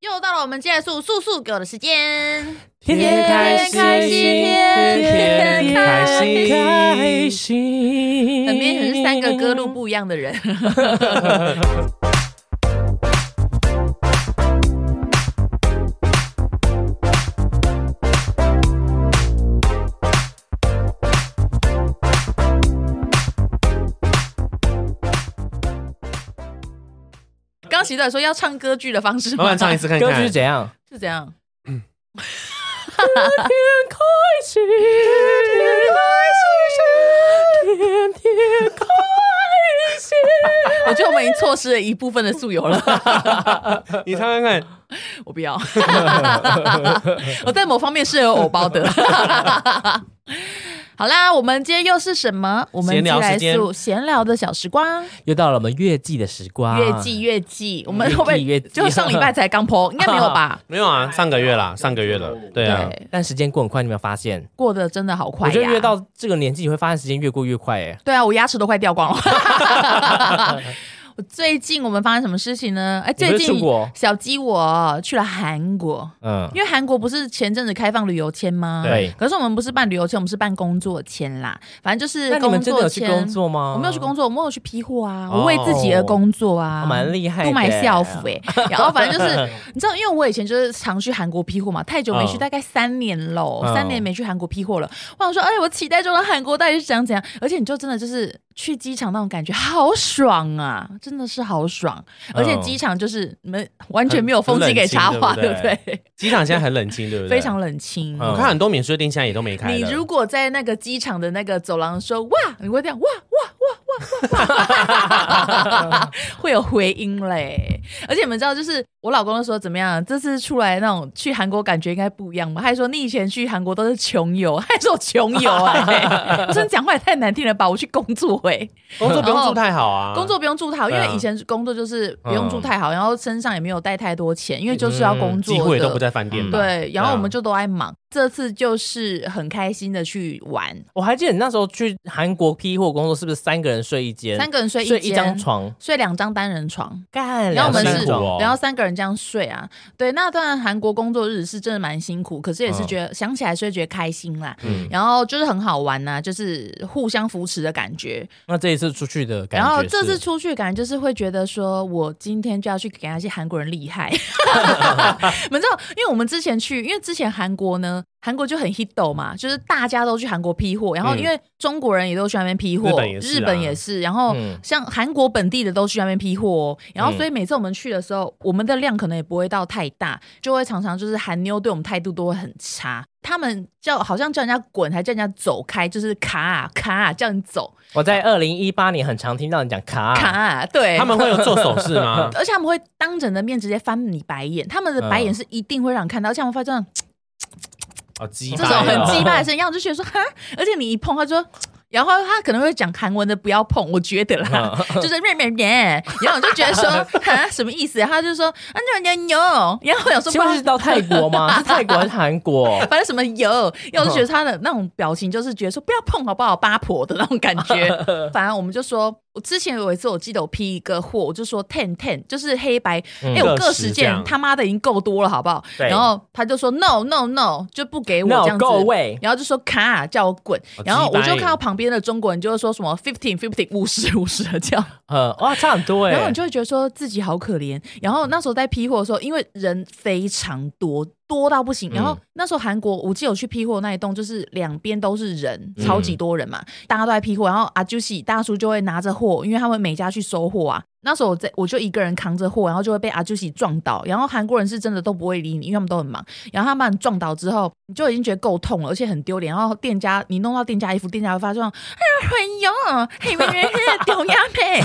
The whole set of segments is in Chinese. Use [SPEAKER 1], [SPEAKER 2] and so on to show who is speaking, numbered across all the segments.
[SPEAKER 1] 又到了我们结束素素给我的时间，
[SPEAKER 2] 天天开心，
[SPEAKER 1] 天天
[SPEAKER 2] 天
[SPEAKER 1] 开心
[SPEAKER 2] 天开心。
[SPEAKER 1] 本边可是三个歌路不一样的人。刚习短说要唱歌剧的方式吗，
[SPEAKER 3] 慢慢唱一次看看。
[SPEAKER 2] 歌曲怎样？
[SPEAKER 1] 是怎样？
[SPEAKER 2] 开心，天天开心，天天开心。
[SPEAKER 1] 我觉得我们已经错失了一部分的素友了。
[SPEAKER 3] 你唱看看。
[SPEAKER 1] 我不要， 我在某方面是有偶包的。 好啦，我们今天又是什么？我们
[SPEAKER 3] 闲聊
[SPEAKER 1] 寄来
[SPEAKER 3] 时间
[SPEAKER 1] 素闲聊的小时光，
[SPEAKER 2] 又到了我们月季的时光，
[SPEAKER 1] 月季月季，我们会不
[SPEAKER 2] 啊月季月
[SPEAKER 1] 会
[SPEAKER 2] 季
[SPEAKER 1] 就上礼拜才刚播？应该没有吧？
[SPEAKER 3] 没有啊，上个月啦，上个月了。对啊，
[SPEAKER 1] 对，
[SPEAKER 2] 但时间过很快，你有没有发现？
[SPEAKER 1] 过得真的好快
[SPEAKER 2] 我觉得
[SPEAKER 1] 呀！
[SPEAKER 2] 越到这个年纪，你会发现时间越过越快，哎，
[SPEAKER 1] 对啊，我牙齿都快掉光 了。我最近我们发生什么事情呢？哎，
[SPEAKER 2] 你不
[SPEAKER 1] 最
[SPEAKER 2] 是
[SPEAKER 1] 近
[SPEAKER 2] 出国
[SPEAKER 1] 小鸡我去了韩国，
[SPEAKER 2] 嗯，
[SPEAKER 1] 因为韩国不是前阵子开放旅游签吗？
[SPEAKER 2] 对
[SPEAKER 1] 可是我们不是办旅游签，我们是办工作签啦。反正就是
[SPEAKER 2] 那你
[SPEAKER 1] 工
[SPEAKER 2] 们真的
[SPEAKER 1] 作
[SPEAKER 2] 有去
[SPEAKER 1] 签。
[SPEAKER 2] 工作吗？
[SPEAKER 1] 我没有去工作，我没有去批货啊，
[SPEAKER 3] 哦
[SPEAKER 1] 我为自己而工作啊，
[SPEAKER 2] 哦蛮厉害的
[SPEAKER 1] 都买 self 哎、然后反正就是，你知道，因为我以前就是常去韩国批货嘛，太久没去，
[SPEAKER 3] 嗯
[SPEAKER 1] 大概三年喽，
[SPEAKER 2] 嗯
[SPEAKER 1] 三年没去韩国批货了。我想说，哎，我期待中的韩国到底是怎样怎样？而且你就真的就是去机场那种感觉，好爽啊，真的是好爽。而且
[SPEAKER 2] 嗯
[SPEAKER 1] 机场就是你们完全没有风机给插话，
[SPEAKER 3] 很
[SPEAKER 1] 对
[SPEAKER 3] 冷
[SPEAKER 1] 不
[SPEAKER 3] 清
[SPEAKER 1] 对？
[SPEAKER 3] 机场现在很冷清，对不对？
[SPEAKER 1] 非常冷清。
[SPEAKER 2] 嗯
[SPEAKER 3] 我看很多免税店现在也都没开
[SPEAKER 1] 你
[SPEAKER 3] 了。
[SPEAKER 1] 如果在那个机场的那个走廊说哇，你会这样哇哇哇哇哇，会有回音嘞。而且你们知道，就是我老公就说怎么样，这次出来那种去韩国感觉应该不一样吧？他还说你以前去韩国都是穷游，还说我穷游哎、我说你讲话也太难听了吧？我去工作哎、
[SPEAKER 3] 工作不用住太好啊，
[SPEAKER 1] 工作不用住太好，因
[SPEAKER 3] 对啊
[SPEAKER 1] 为以前工作就是不用住太好，然后身上也没有带太多钱，因为就是要工作
[SPEAKER 3] 机
[SPEAKER 1] 的，
[SPEAKER 3] 会都不在饭店
[SPEAKER 1] 嗯
[SPEAKER 3] 吧？
[SPEAKER 1] 对，然后我
[SPEAKER 3] 对啊
[SPEAKER 1] 们就都在忙。这次就是很开心的去玩，
[SPEAKER 2] 我还记得你那时候去韩国批货工作，是不是三个人睡一间？
[SPEAKER 1] 三个人睡一
[SPEAKER 2] 嗯睡
[SPEAKER 1] 间，
[SPEAKER 2] 一张，床，
[SPEAKER 1] 睡两张单人床，
[SPEAKER 2] 干，
[SPEAKER 1] 然后我们
[SPEAKER 2] 两
[SPEAKER 1] 是
[SPEAKER 2] 张床
[SPEAKER 3] 哦
[SPEAKER 1] 然后三个人这样睡啊。对，那段韩国工作日是真的蛮辛苦，可是也是觉得、想起来是会觉得开心啦。
[SPEAKER 3] 嗯
[SPEAKER 1] 然后就是很好玩呐、啊就是互相扶持的感觉。
[SPEAKER 2] 那这一次出去的感
[SPEAKER 1] 然
[SPEAKER 2] 觉是，
[SPEAKER 1] 后这次出去，感觉就是会觉得说，我今天就要去给那些韩国人厉 害。你们知道，因为我们之前去，因为之前韩国呢，韩国就很 hit 嘛，就是大家都去韩国批货，然后
[SPEAKER 3] 嗯
[SPEAKER 1] 因为中国人也都去那边批货，
[SPEAKER 3] 日本也是啊
[SPEAKER 1] 日本也是，然后
[SPEAKER 2] 嗯
[SPEAKER 1] 像韩国本地的都去那边批货、哦，然后
[SPEAKER 3] 嗯
[SPEAKER 1] 所以每次我们去的时候，我们的量可能也不会到太大，就会常常就是韩妞对我们态度都会很差。他们叫好像叫人家滚，还叫人家走开，就是卡啊卡啊叫你走
[SPEAKER 2] 我在二零一八年很常听到你讲卡
[SPEAKER 1] 卡啊，对？
[SPEAKER 3] 他们会有做手势吗
[SPEAKER 2] 嗯
[SPEAKER 1] 而且他们会当着你的面直接翻你白眼，他们的白眼是一定会让你看到，而且我发现
[SPEAKER 2] 嗯
[SPEAKER 1] 这种
[SPEAKER 3] 哦，鸡
[SPEAKER 1] 这
[SPEAKER 3] 巴
[SPEAKER 1] 种
[SPEAKER 3] 呀
[SPEAKER 1] 很 鸡巴的声音，然后我就觉得说哈，而且你一碰，他就说。然后他可能会讲韩文的，不要碰，我觉得啦，
[SPEAKER 2] 嗯
[SPEAKER 1] 就是咩咩咩，然后我就觉得说，哈，什么意思？他就说啊，那牛牛，然后哎我想说，
[SPEAKER 2] 请问是
[SPEAKER 1] 不
[SPEAKER 2] 到泰国 吗？是泰国还是韩国？
[SPEAKER 1] 反正什么有，然后我就觉
[SPEAKER 3] 嗯
[SPEAKER 1] 得他的那种表情，就是觉得说不要碰好不好，八婆的那种感 觉。反正我们就说，我之前有一次我记得我批一个货，我就说 ten ten，就是黑白，哎、我
[SPEAKER 3] 各
[SPEAKER 1] 各
[SPEAKER 3] 嗯十
[SPEAKER 1] 十
[SPEAKER 3] 这
[SPEAKER 1] 件
[SPEAKER 3] 样
[SPEAKER 1] 他妈的已经够多了，好不好？
[SPEAKER 2] 对
[SPEAKER 1] 然后他就说 no no no，就不给我这
[SPEAKER 2] No
[SPEAKER 1] 样子。
[SPEAKER 2] go away，
[SPEAKER 1] 然后就说卡，叫我滚。
[SPEAKER 3] 哦
[SPEAKER 1] 然后我
[SPEAKER 3] 鸡
[SPEAKER 1] 就
[SPEAKER 3] 掰
[SPEAKER 1] 看到旁边的中国人就会说什么 fifteen fifteen 五十五十的叫，
[SPEAKER 2] 呃，哇，差很多哎。
[SPEAKER 1] 然后你就会觉得说自己好可怜。然后那时候在批货的时候，因为人非常多，多到不行。然后那时候韩国，我记得我去批货那一栋，就是两边都是人，超级多人嘛，大家都在批货。然后阿朱喜大叔就会拿着货，因为他们每家去收货啊。那时候我在我就一个人扛着货，然后就会被阿朱喜撞倒。然后韩国人是真的都不会理你，因为他们都很忙。然后他把你撞倒之后，你就已经觉得够痛了，而且很丢脸。然后店家你弄到店家衣服，店家会发出那种哎呀，很痒，嘿嘿嘿，丢鸭配，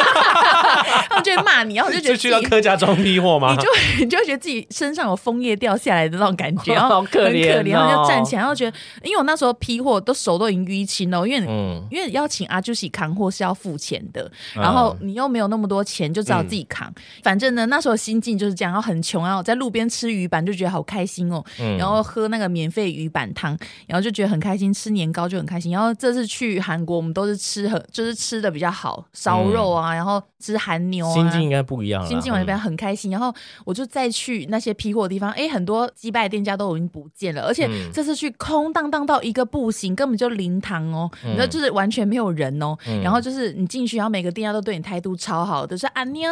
[SPEAKER 1] 他们就会骂你，然后我就觉
[SPEAKER 3] 就
[SPEAKER 1] 得
[SPEAKER 3] 去
[SPEAKER 1] 自
[SPEAKER 3] 到
[SPEAKER 1] 己。
[SPEAKER 3] 客家庄批货吗
[SPEAKER 1] 你？就会你就会觉得自己身上有枫叶掉下来的那种感觉，然后
[SPEAKER 2] 好
[SPEAKER 1] 很
[SPEAKER 2] 可
[SPEAKER 1] 可
[SPEAKER 2] 怜
[SPEAKER 1] 怜，然后
[SPEAKER 2] 哦
[SPEAKER 1] 就站起来，然后觉得，因为我那时候批货都手都已经淤青了，因为你
[SPEAKER 2] 嗯，
[SPEAKER 1] 因为要请阿朱喜扛货是要付钱的，然后你又没有那么么多钱，就只好自
[SPEAKER 2] 嗯
[SPEAKER 1] 己扛。反正呢，那时候心境就是这样，然后很穷，然后在路边吃鱼板就觉得好开心哦，
[SPEAKER 2] 嗯
[SPEAKER 1] 然后喝那个免费鱼板汤，然后就觉得很开心，吃年糕就很开心。然后这次去韩国，我们都是吃很就是吃的比较好，烧肉啊，
[SPEAKER 2] 嗯
[SPEAKER 1] 然后吃韩牛啊，
[SPEAKER 2] 心境应该不一样了。嗯
[SPEAKER 1] 新进完那边很开心，然后我就再去那些批货的地方，哎，很多击败店家都已经不见了，而且
[SPEAKER 2] 嗯
[SPEAKER 1] 这次去空荡荡到一个不行，根本就零堂哦，你知道就是完全没有人哦，
[SPEAKER 2] 嗯
[SPEAKER 1] 然后就是你进去，然后每个店家都对你态度超好的，说啊妞，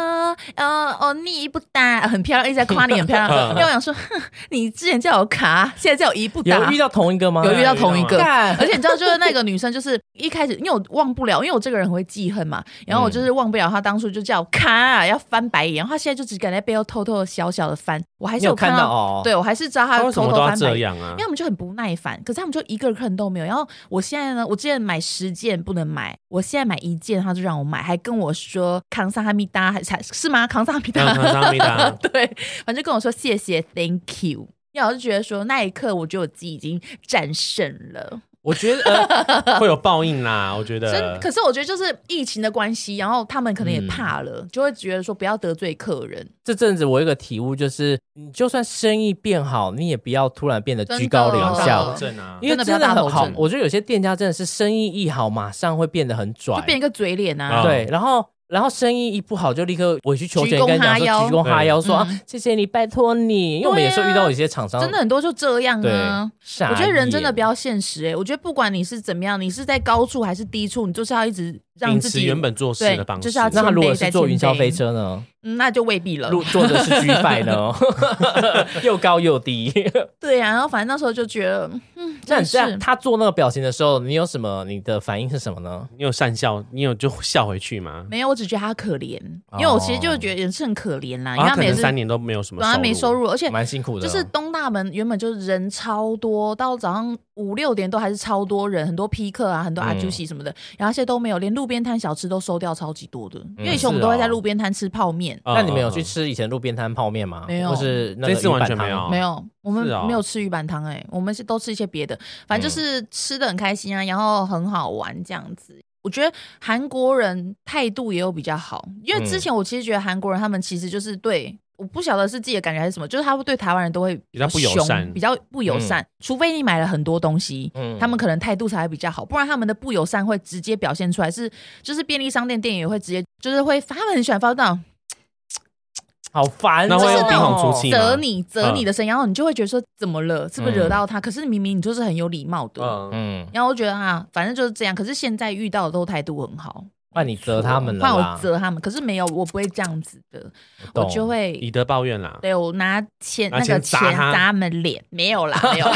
[SPEAKER 1] 呃哦你不打，很漂亮，一直在夸你很漂亮， 然后我想说，哼你之前叫我卡，现在叫我一不打
[SPEAKER 2] 嗯有，遇到同一个吗？
[SPEAKER 1] 有遇到同一
[SPEAKER 3] 哎
[SPEAKER 1] 个，
[SPEAKER 2] 干
[SPEAKER 1] 而且你知道，就是那个女生，就是一开始，因为我忘不了，因为我这个人很会记恨 嘛，然后我就是忘不了她当初就叫我看啊，要翻白眼，然后她现在就只敢在背后偷偷的小小的翻，我还
[SPEAKER 2] 你
[SPEAKER 1] 是
[SPEAKER 2] 有
[SPEAKER 1] 看
[SPEAKER 2] 看到，哦？
[SPEAKER 1] 对我还是知道她
[SPEAKER 3] 他为什
[SPEAKER 1] 偷
[SPEAKER 3] 么
[SPEAKER 1] 偷
[SPEAKER 3] 都要
[SPEAKER 1] 翻白
[SPEAKER 3] 这
[SPEAKER 1] 眼。
[SPEAKER 3] 样啊
[SPEAKER 1] 因为？他们就很不耐烦，可是他们就一个客人都没有。然后我现在呢，我之前买十件不能买，我现在买一件，他就让我买，还跟我说扛萨哈密达，还才是吗？扛萨哈密达，
[SPEAKER 3] 嗯扛萨哈密达
[SPEAKER 1] 对，反正跟我说谢谢，Thank you。因为我就觉得说那一刻，我觉得我自己已经战胜了。
[SPEAKER 3] 我觉得、 呃会有报应啦，我觉
[SPEAKER 1] 所以，
[SPEAKER 3] 得
[SPEAKER 1] 可。是我觉得就是疫情的关系，然后他们可能也
[SPEAKER 3] 嗯
[SPEAKER 1] 怕了，就会觉得说不要得罪客人，
[SPEAKER 2] 这阵子我有一个体悟，就是你就算生意变好，你也不要突然变得
[SPEAKER 1] 真的哦
[SPEAKER 2] 居高临
[SPEAKER 1] 有效
[SPEAKER 2] 下
[SPEAKER 3] 大，头症啊，
[SPEAKER 2] 因为
[SPEAKER 1] 真的不要
[SPEAKER 2] 真的
[SPEAKER 1] 大头
[SPEAKER 2] 很好
[SPEAKER 1] 症。
[SPEAKER 2] 我觉得有些店家真的是生意一好，马上会变得很拽
[SPEAKER 1] 就，变一个嘴脸啊。
[SPEAKER 3] 啊
[SPEAKER 2] 对，然后。然后生意一不好，就立刻委曲求
[SPEAKER 1] 鞠
[SPEAKER 2] 全，
[SPEAKER 1] 躬
[SPEAKER 2] 跟你讲
[SPEAKER 1] 哈腰
[SPEAKER 2] 说鞠躬哈腰，说啊
[SPEAKER 1] 嗯
[SPEAKER 2] 谢谢你，拜托你。因为我们
[SPEAKER 1] 对啊
[SPEAKER 2] 有时候遇到有些厂商，
[SPEAKER 1] 真的很多就这样
[SPEAKER 2] 对
[SPEAKER 1] 啊。
[SPEAKER 2] 傻眼，
[SPEAKER 1] 我觉得人真的比较现实哎、我觉得不管你是怎么样，你是在高处还是低处，你就是要一直让
[SPEAKER 3] 秉
[SPEAKER 1] 自
[SPEAKER 3] 持
[SPEAKER 1] 己
[SPEAKER 3] 原本做事
[SPEAKER 1] 对
[SPEAKER 3] 的方式，
[SPEAKER 1] 就是要
[SPEAKER 2] 那他如果是坐云霄
[SPEAKER 1] 谦卑再
[SPEAKER 2] 飞
[SPEAKER 1] 谦卑
[SPEAKER 2] 车呢？
[SPEAKER 1] 嗯那就未必了。
[SPEAKER 2] 路坐的是 G f 呢， 又高又低。
[SPEAKER 1] 对啊，然后反正那时候就觉得，嗯，
[SPEAKER 2] 那
[SPEAKER 1] 真
[SPEAKER 2] 你
[SPEAKER 1] 是
[SPEAKER 2] 这样，他做那个表情的时候，你有什么？你的反应是什么呢？
[SPEAKER 3] 你有善笑，你有就笑回去吗？
[SPEAKER 1] 没有，我只觉得他可怜，因为我其实就觉得也是很可怜啦，因为
[SPEAKER 3] 哦啊，
[SPEAKER 1] 他
[SPEAKER 3] 可
[SPEAKER 1] 每
[SPEAKER 3] 能
[SPEAKER 1] 次
[SPEAKER 3] 三年都没有什么，
[SPEAKER 1] 然后他没收，入，而且
[SPEAKER 2] 蛮辛苦的，
[SPEAKER 1] 就是
[SPEAKER 3] 嗯
[SPEAKER 1] 东大门原本就是人超多，到早上五六点都还是超多人，很多批客啊，很多
[SPEAKER 2] 嗯
[SPEAKER 1] 阿朱西什么的，然后现在都没有，连路边摊小吃都收掉超级多的。因为以
[SPEAKER 2] 是
[SPEAKER 1] 前我们都会在
[SPEAKER 2] 哦
[SPEAKER 1] 路边摊吃泡面，
[SPEAKER 3] 嗯
[SPEAKER 2] 那你们有
[SPEAKER 3] 嗯
[SPEAKER 2] 去吃以前路边摊泡面吗？
[SPEAKER 1] 没有
[SPEAKER 2] 或是那个
[SPEAKER 3] 这次完全
[SPEAKER 2] 鱼板汤
[SPEAKER 3] 没有哦
[SPEAKER 1] 没有，我们
[SPEAKER 3] 是哦
[SPEAKER 1] 没有吃鱼板汤哎、我们是都吃一些别的，反正就是吃的很开心啊，然后很好玩这样子。我觉得韩国人态度也有比较好，因为之前我其实觉得韩国人他们其实就是对。我不晓得是自己的感觉还是什么，就是他们对台湾人都会
[SPEAKER 3] 比较不友
[SPEAKER 1] 凶
[SPEAKER 3] 善
[SPEAKER 1] 比较不友善。除非你买了很多东西，
[SPEAKER 2] 嗯
[SPEAKER 1] 他们可能态度才会比较好，不然他们的不友善会直接表现出来是，就是便利商店店员也会直接就是会他们很喜欢发那种
[SPEAKER 2] 好烦哦，
[SPEAKER 3] 那
[SPEAKER 1] 会用
[SPEAKER 3] 冰桶出气吗
[SPEAKER 1] 责你责你的声音，然后你就会觉得说怎么了，是不是惹到他？可是明明你就是很有礼貌的，
[SPEAKER 3] 嗯，
[SPEAKER 2] 嗯，
[SPEAKER 1] 然后我觉得啊，反正就是这样。可是现在遇到的都态度很好，
[SPEAKER 2] 换你责他们了
[SPEAKER 1] 换
[SPEAKER 2] 啦
[SPEAKER 1] 我，责他们，可是没有，我不会这样子的，我
[SPEAKER 2] 懂
[SPEAKER 1] 就
[SPEAKER 3] 以
[SPEAKER 1] 会。
[SPEAKER 3] 德报怨啦。
[SPEAKER 1] 对，我拿钱
[SPEAKER 3] 拿
[SPEAKER 1] 那个
[SPEAKER 3] 钱
[SPEAKER 1] 钱
[SPEAKER 3] 砸他
[SPEAKER 1] 砸他们脸，没有啦，没有，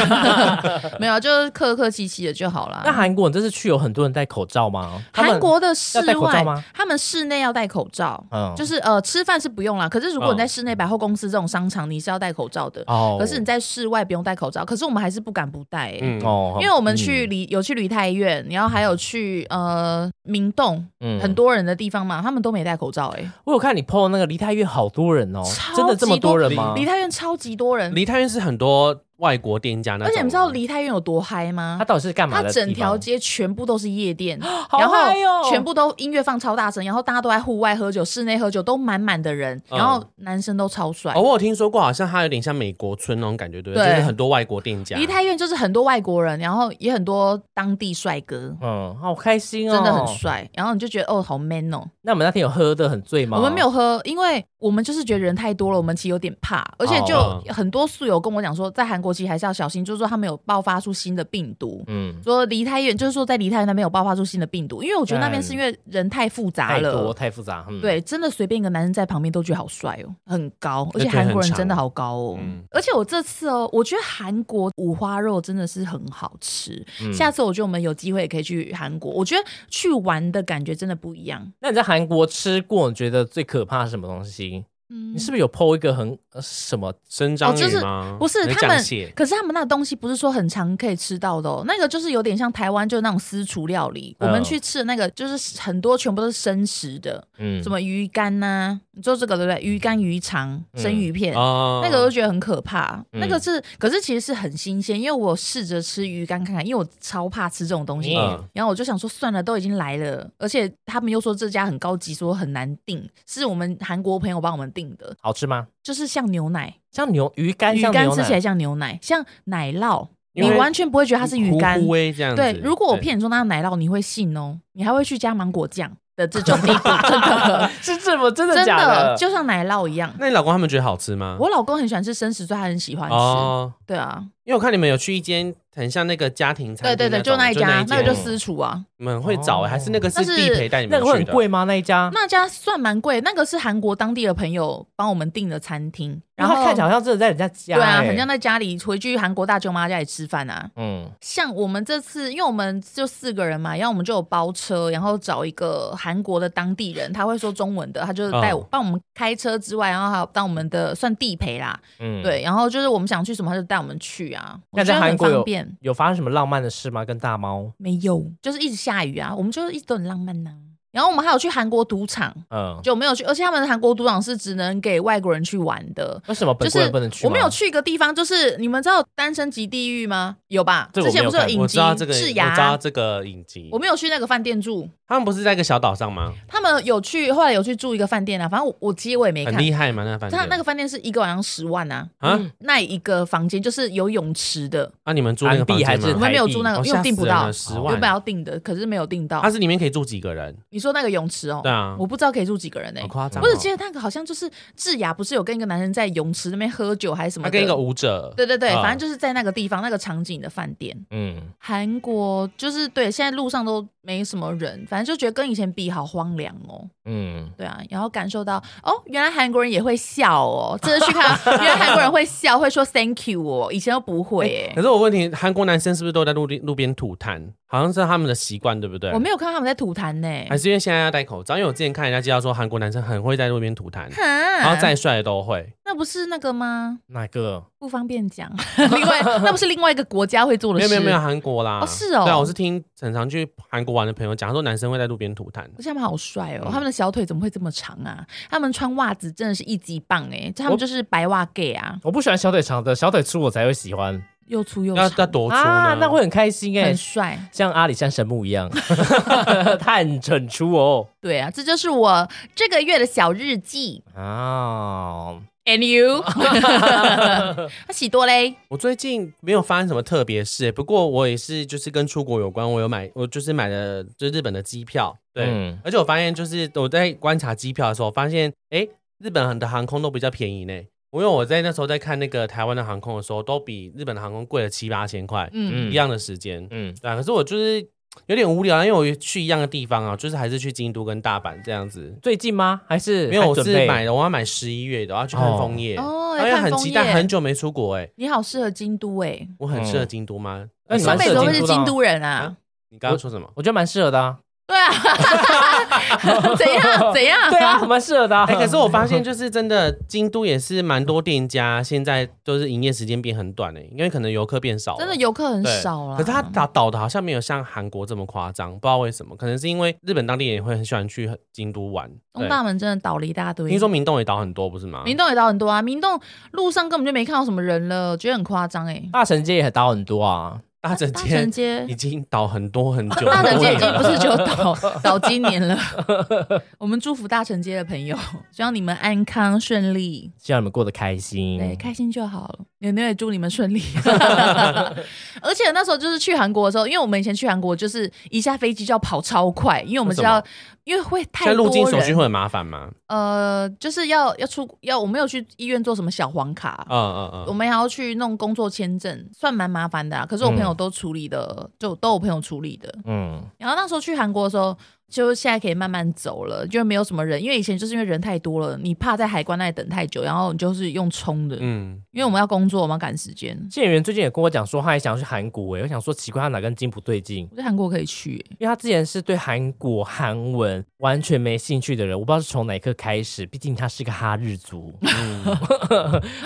[SPEAKER 1] 没有，就是客客气气的就好啦。
[SPEAKER 2] 那韩国，你这次去有很多人戴口罩吗？他们
[SPEAKER 1] 韩国的室
[SPEAKER 2] 要戴口罩
[SPEAKER 1] 外
[SPEAKER 2] 吗，
[SPEAKER 1] 他们室内要戴口罩，
[SPEAKER 2] 嗯
[SPEAKER 1] 就是呃吃饭是不用啦。可是如果你
[SPEAKER 3] 嗯
[SPEAKER 1] 在室内百货公司这种商场，你是要戴口罩的。
[SPEAKER 2] 哦，
[SPEAKER 1] 可是你在室外不用戴口罩，可是我们还是不敢不戴、欸，
[SPEAKER 3] 嗯，
[SPEAKER 2] 哦，
[SPEAKER 1] 因为我们去离、有去梨泰院，然后还有去呃明洞、
[SPEAKER 2] 嗯
[SPEAKER 1] 很。多人的地方嘛，他们都没戴口罩、欸，
[SPEAKER 2] 我有看你 PO 那个梨泰院好多人哦，
[SPEAKER 1] 超级
[SPEAKER 2] 真的这么多人吗
[SPEAKER 1] 哎，？梨泰院超级多人，
[SPEAKER 3] 梨泰院是很多外国店家那种，
[SPEAKER 1] 而且你知道梨泰院有多嗨吗
[SPEAKER 2] 他？到底是干嘛
[SPEAKER 1] 它
[SPEAKER 2] 的地方？
[SPEAKER 1] 整条街全部都是夜店，
[SPEAKER 2] 好
[SPEAKER 1] 然后
[SPEAKER 2] 嗨哦
[SPEAKER 1] 全部都音乐放超大声，然后大家都在户外喝酒，室内喝酒都满满的人，
[SPEAKER 3] 嗯
[SPEAKER 1] 然后男生都超帅
[SPEAKER 3] 哦，。我有听说过，好像它有点像美国村那种感觉，对不对？
[SPEAKER 1] 对
[SPEAKER 3] 就是很多外国店家，
[SPEAKER 1] 梨泰院就是很多外国人，然后也很多当地帅哥，
[SPEAKER 2] 嗯，好开心哦，
[SPEAKER 1] 真的很帅。然后你就觉得哦，好 man 哦。
[SPEAKER 2] 那我们那天有喝的很醉吗？
[SPEAKER 1] 我们没有喝，因为我们就是觉得人太多了，我们其实有点怕，而且就
[SPEAKER 3] 哦
[SPEAKER 2] 嗯
[SPEAKER 1] 很多宿友跟我讲说，在韩国其实还是要小心，就是说他们有爆发出新的病毒。
[SPEAKER 2] 嗯，
[SPEAKER 1] 说梨泰院，就是说在梨泰院那边有爆发出新的病毒，因为我觉得那边是因为人太复杂
[SPEAKER 2] 哎太
[SPEAKER 1] 了
[SPEAKER 2] 多，太复杂，嗯，，
[SPEAKER 1] 对，真的随便一个男生在旁边都觉得好帅哦，很高，而
[SPEAKER 3] 而
[SPEAKER 1] 且
[SPEAKER 3] 且
[SPEAKER 2] 哎
[SPEAKER 1] 韩国
[SPEAKER 3] 很
[SPEAKER 1] 人
[SPEAKER 3] 长
[SPEAKER 1] 真的好高哦。
[SPEAKER 3] 嗯
[SPEAKER 1] 而且我这次哦，我觉得韩国五花肉真的是很好吃。
[SPEAKER 2] 嗯
[SPEAKER 1] 下次我觉得我们有机会也可以去韩国，我觉得去玩的感觉真的不一样。
[SPEAKER 2] 那你在韩国吃过，你觉得最可怕是什么东西？
[SPEAKER 1] 嗯
[SPEAKER 2] 你是不是有 PO 一个很、呃什么？
[SPEAKER 3] 生章
[SPEAKER 1] 哦就
[SPEAKER 3] 鱼
[SPEAKER 1] 是
[SPEAKER 3] 吗？
[SPEAKER 1] 不是
[SPEAKER 3] 还
[SPEAKER 1] 他们
[SPEAKER 3] 酱蟹
[SPEAKER 1] 可是他们那个东西不是说很常可以吃到的哦，那个就是有点像台湾就是那种私厨料理，
[SPEAKER 2] 嗯
[SPEAKER 1] 我们去吃的那个就是很多全部都是生食的，
[SPEAKER 2] 嗯，
[SPEAKER 1] 什么鱼干呐、你做这个对不对？鱼干、鱼肠、生鱼片。
[SPEAKER 3] 嗯哦
[SPEAKER 1] 那个我就觉得很可怕，
[SPEAKER 2] 嗯
[SPEAKER 1] 那个是，可是其实是很新鲜，因为我有试着吃鱼干看看，因为我超怕吃这种东西，
[SPEAKER 3] 嗯
[SPEAKER 1] 然后我就想说算了，都已经来了，而且他们又说这家很高级，说很难订，是我们韩国朋友帮我们订的，
[SPEAKER 2] 好吃吗？
[SPEAKER 1] 就是像牛奶，
[SPEAKER 2] 像牛鱼
[SPEAKER 3] 哎
[SPEAKER 2] 干，
[SPEAKER 1] 鱼
[SPEAKER 2] 像
[SPEAKER 1] 干
[SPEAKER 2] 牛
[SPEAKER 1] 吃
[SPEAKER 2] 奶
[SPEAKER 1] 起来像牛奶，像奶酪，
[SPEAKER 3] 因
[SPEAKER 1] 你
[SPEAKER 3] 为
[SPEAKER 1] 完全不会觉得它是鱼干
[SPEAKER 3] 糊。糊欸这样子。
[SPEAKER 1] 对，如果我
[SPEAKER 3] 对
[SPEAKER 1] 骗你说那是奶酪，你会信哦，你还会去加芒果酱的这种地步，真 的
[SPEAKER 2] 是这么真的嗯
[SPEAKER 1] 真
[SPEAKER 2] 假
[SPEAKER 1] 的就像奶酪一样。
[SPEAKER 3] 那你老公他们觉得好吃吗？
[SPEAKER 1] 我老公很喜欢吃生食，所以他很喜欢吃。
[SPEAKER 3] 哦，
[SPEAKER 1] 对啊，
[SPEAKER 3] 因为我看你们有去一间很像那个家庭餐
[SPEAKER 1] 对
[SPEAKER 3] 厅
[SPEAKER 1] 对对，
[SPEAKER 3] 那种嗯
[SPEAKER 1] 就那一家，那
[SPEAKER 3] 那
[SPEAKER 1] 个就
[SPEAKER 2] 间
[SPEAKER 1] 私厨啊，
[SPEAKER 3] 你们会找欸，还是那个是
[SPEAKER 1] 但是
[SPEAKER 3] 地陪带你
[SPEAKER 2] 那
[SPEAKER 3] 们
[SPEAKER 2] 个会
[SPEAKER 3] 去
[SPEAKER 2] 很
[SPEAKER 3] 的？
[SPEAKER 2] 贵吗？那一家？
[SPEAKER 1] 那家算蛮贵，那个是韩国当地的朋友帮我们订的餐厅，然
[SPEAKER 2] 然
[SPEAKER 1] 后
[SPEAKER 2] 后看起来好像真的在人家家、
[SPEAKER 1] 对啊，
[SPEAKER 2] 欸
[SPEAKER 1] 很像在家里回去韩国大舅妈家里吃饭啊。
[SPEAKER 2] 嗯
[SPEAKER 1] 像我们这次，因为我们就四个人嘛，然后我们就有包车，然后找一个韩国的当地人，他会说中文的，他就是带我
[SPEAKER 3] 嗯
[SPEAKER 1] 帮我们开车之外，然后还有当我们的算地陪啦，
[SPEAKER 2] 嗯，
[SPEAKER 1] 对，然后就是我们想去什么，他就带我们去啊，我
[SPEAKER 2] 那在
[SPEAKER 1] 觉得
[SPEAKER 2] 韩
[SPEAKER 1] 很
[SPEAKER 2] 国有
[SPEAKER 1] 方便。
[SPEAKER 2] 有发生什么浪漫的事吗？跟大猫？
[SPEAKER 1] 没有，就是一直下雨啊，我们就是一直都很浪漫呐、然后我们还有去韩国赌场，
[SPEAKER 2] 嗯，
[SPEAKER 1] 就没有去，而且他们的韩国赌场是只能给外国人去玩的。
[SPEAKER 2] 为什么
[SPEAKER 1] 就
[SPEAKER 2] 本
[SPEAKER 1] 是
[SPEAKER 2] 国人不能去吗？
[SPEAKER 1] 我们有去一个地方，就是你们知道《单身即地狱》吗？有吧？
[SPEAKER 2] 这个
[SPEAKER 1] 之前
[SPEAKER 2] 我没有
[SPEAKER 1] 不是有
[SPEAKER 2] 看
[SPEAKER 1] 影
[SPEAKER 3] 我
[SPEAKER 1] 集
[SPEAKER 3] 知道这个，我
[SPEAKER 1] 智
[SPEAKER 3] 知
[SPEAKER 1] 雅
[SPEAKER 3] 道这个影集
[SPEAKER 1] 我，没有去那个饭店住，
[SPEAKER 3] 他们不是在一个小岛上吗？
[SPEAKER 1] 他们有去，后来有去住一个饭店啊，反正我我其实我也没
[SPEAKER 3] 很
[SPEAKER 1] 看。
[SPEAKER 3] 厉害嘛，那个饭
[SPEAKER 1] 他
[SPEAKER 3] 店。
[SPEAKER 1] 那个饭店是一个晚上十万啊，
[SPEAKER 3] 啊，
[SPEAKER 1] 那一个房间就是有泳池的，
[SPEAKER 3] 那啊你们住那个
[SPEAKER 2] 韩币
[SPEAKER 3] 房间
[SPEAKER 2] 还是
[SPEAKER 1] 我
[SPEAKER 3] 吗？
[SPEAKER 1] 们没有
[SPEAKER 2] 台币
[SPEAKER 1] 住那个，
[SPEAKER 3] 哦
[SPEAKER 1] 因为我订不到，
[SPEAKER 3] 吓死人了10万
[SPEAKER 1] 原本要订的，可是没有订到
[SPEAKER 3] 它。是里面可以住几个人？
[SPEAKER 1] 你说那个泳池哦
[SPEAKER 3] 对，啊，
[SPEAKER 1] 我不知道可以住几个人欸呢
[SPEAKER 3] 好？夸张哦。
[SPEAKER 1] 我只记得那个好像就是智雅，不是有跟一个男人在泳池那边喝酒还是什么的？
[SPEAKER 3] 他啊跟一个舞者，
[SPEAKER 1] 对对对，
[SPEAKER 3] 嗯
[SPEAKER 1] 反正就是在那个地方那个场景的饭店。
[SPEAKER 2] 嗯，
[SPEAKER 1] 韩国就是对，现在路上都没什么人，反正就觉得跟以前比好荒凉哦。
[SPEAKER 2] 嗯
[SPEAKER 1] 对啊，然后感受到哦，原来韩国人也会笑哦，真的去看，原来韩国人会笑，会说 thank you 哦，以前都不会耶、
[SPEAKER 3] 可是我问题，韩国男生是不是都在路边路边吐痰？好像是他们的习惯，对不对？
[SPEAKER 1] 我没有看到他们在吐痰呢、
[SPEAKER 3] 还是因为现在要戴口罩，因为我之前看人家介绍说韩国男生很会在路边吐痰，
[SPEAKER 1] 哈，
[SPEAKER 3] 然后再帅的都会。
[SPEAKER 1] 那不是那个吗？
[SPEAKER 2] 哪个？
[SPEAKER 1] 不方便讲， 另外那不是另外一个国家会做的
[SPEAKER 3] 没
[SPEAKER 1] 事？
[SPEAKER 3] 有没有没有，韩国啦，
[SPEAKER 1] 哦是哦
[SPEAKER 3] 对啊，我是听很常去韩国玩的朋友讲，他说男生会在路边吐痰，
[SPEAKER 1] 可是他们好帅哦，
[SPEAKER 3] 嗯
[SPEAKER 1] 他们的小腿怎么会这么长啊？他们穿袜子真的是一级棒哎、他们就是白袜 gay 啊，
[SPEAKER 2] 我不喜欢小腿长的，小腿粗我才会喜欢
[SPEAKER 1] 又粗又
[SPEAKER 3] 要
[SPEAKER 1] 长，
[SPEAKER 3] 要多粗呢？
[SPEAKER 2] 啊，那会很开心哎、
[SPEAKER 1] 很帅。
[SPEAKER 2] 像阿里山神木一 样，他很很粗哦。
[SPEAKER 1] 对啊，这就是我这个月的小日记。
[SPEAKER 2] 啊，
[SPEAKER 1] And you，他喜多嘞。
[SPEAKER 3] 我最近没有发生什么特别事、不过我也是就是跟出国有关，我有买，我就是买了就是日本的机票，对，
[SPEAKER 2] 嗯
[SPEAKER 3] 而且我发现就是我在观察机票的时候，我发现哎、诶日本的航空都比较便宜呢，因为我在那时候在看那个台湾的航空的时候，都比日本的航空贵了七八千块，
[SPEAKER 1] 嗯，
[SPEAKER 2] 嗯
[SPEAKER 3] 一样的时间，
[SPEAKER 2] 嗯，
[SPEAKER 3] 对啊，可是我就是有点无聊啊，因为我去一样的地方啊，就是还是去京都跟大阪这样子。
[SPEAKER 2] 最近吗？还是
[SPEAKER 3] 没有，
[SPEAKER 2] 还
[SPEAKER 3] 我
[SPEAKER 2] 准
[SPEAKER 3] 是
[SPEAKER 2] 备
[SPEAKER 3] 买的，我要买十一月的，我要去看枫叶。
[SPEAKER 1] 哦
[SPEAKER 3] 因为
[SPEAKER 1] 要看
[SPEAKER 3] 嗯哎很
[SPEAKER 1] 枫
[SPEAKER 3] 期待，
[SPEAKER 1] 叶
[SPEAKER 3] 很久没出国哎、
[SPEAKER 1] 你好适合京都哎、欸，
[SPEAKER 3] 我很适合京都吗？
[SPEAKER 2] 那你
[SPEAKER 1] 东
[SPEAKER 2] 蛮
[SPEAKER 1] 北
[SPEAKER 2] 适
[SPEAKER 1] 怎
[SPEAKER 2] 合
[SPEAKER 1] 么会是
[SPEAKER 2] 京都的
[SPEAKER 1] 京
[SPEAKER 2] 啊
[SPEAKER 1] 都人啊
[SPEAKER 3] 啊？你刚刚说什么？
[SPEAKER 2] 我觉得蛮适合的、啊。
[SPEAKER 1] 对啊， 怎样怎样？
[SPEAKER 2] 对啊，蛮适合的、啊
[SPEAKER 3] 哎、可是我 发现就是真的，京都也是蛮多店家现在就是营业时间变很短哎、因为可能游客变少了。
[SPEAKER 1] 真的啊游客很
[SPEAKER 3] 对
[SPEAKER 1] 少了。
[SPEAKER 3] 可是它倒倒的好像没有像韩国这么夸张，不知道为什么，可能是因为日本当地人也会很喜欢去京都玩。
[SPEAKER 1] 东
[SPEAKER 3] 对，
[SPEAKER 1] 大门真的倒了一大堆。
[SPEAKER 3] 听说明洞也倒很多，不是吗？
[SPEAKER 1] 明洞也倒很多啊，明洞路上根本就没看到什么人了，觉得很夸张哎。
[SPEAKER 2] 大神街也倒很多啊。
[SPEAKER 3] 大整
[SPEAKER 1] 大
[SPEAKER 3] 街
[SPEAKER 1] 城街
[SPEAKER 3] 已经倒很多很久，
[SPEAKER 1] 大城街已经不
[SPEAKER 3] 了。
[SPEAKER 1] 是只有倒倒今年了，我们祝福大城街的朋友，希望你们安康顺利。
[SPEAKER 2] 希望你们过得开
[SPEAKER 3] 嗯
[SPEAKER 2] 心。
[SPEAKER 1] 对，开心就好了。牛牛也祝你们顺 利。而且那时候就是去韩国的时候，因为我们以前去韩国就是一下飞机就要跑超快，因为我们知道，因为会
[SPEAKER 3] 现在
[SPEAKER 1] 太
[SPEAKER 3] 入
[SPEAKER 1] 多
[SPEAKER 3] 境手续
[SPEAKER 1] 人。
[SPEAKER 3] 会很麻烦吗？
[SPEAKER 1] 呃，就是要要出要，我们有去医院做什么小黄卡。
[SPEAKER 3] 嗯嗯
[SPEAKER 1] 我
[SPEAKER 3] 嗯。
[SPEAKER 1] 们还要去弄工作签证，算蛮麻
[SPEAKER 3] 嗯
[SPEAKER 1] 烦的啊。可是我朋友都处理的，就都我朋友处理的。
[SPEAKER 2] 嗯，
[SPEAKER 1] 然后那时候去韩国的时候，就现在可以慢慢走了，就没有什么人，因为以前就是因为人太多了，你怕在海关那里等太久，然后你就是用冲的，
[SPEAKER 3] 嗯，
[SPEAKER 1] 因为我们要工作，我们要赶时间。
[SPEAKER 2] 店员最近也跟我讲说，他也想要去韩国、欸，我想说奇怪，他哪根筋不对劲？
[SPEAKER 1] 我在韩国可以去、
[SPEAKER 3] 哎
[SPEAKER 1] 欸
[SPEAKER 2] 因为他之前是对韩国韩文完全没兴趣的人，我不知道是从哪一刻开始，毕竟他是个哈 日族。
[SPEAKER 3] 嗯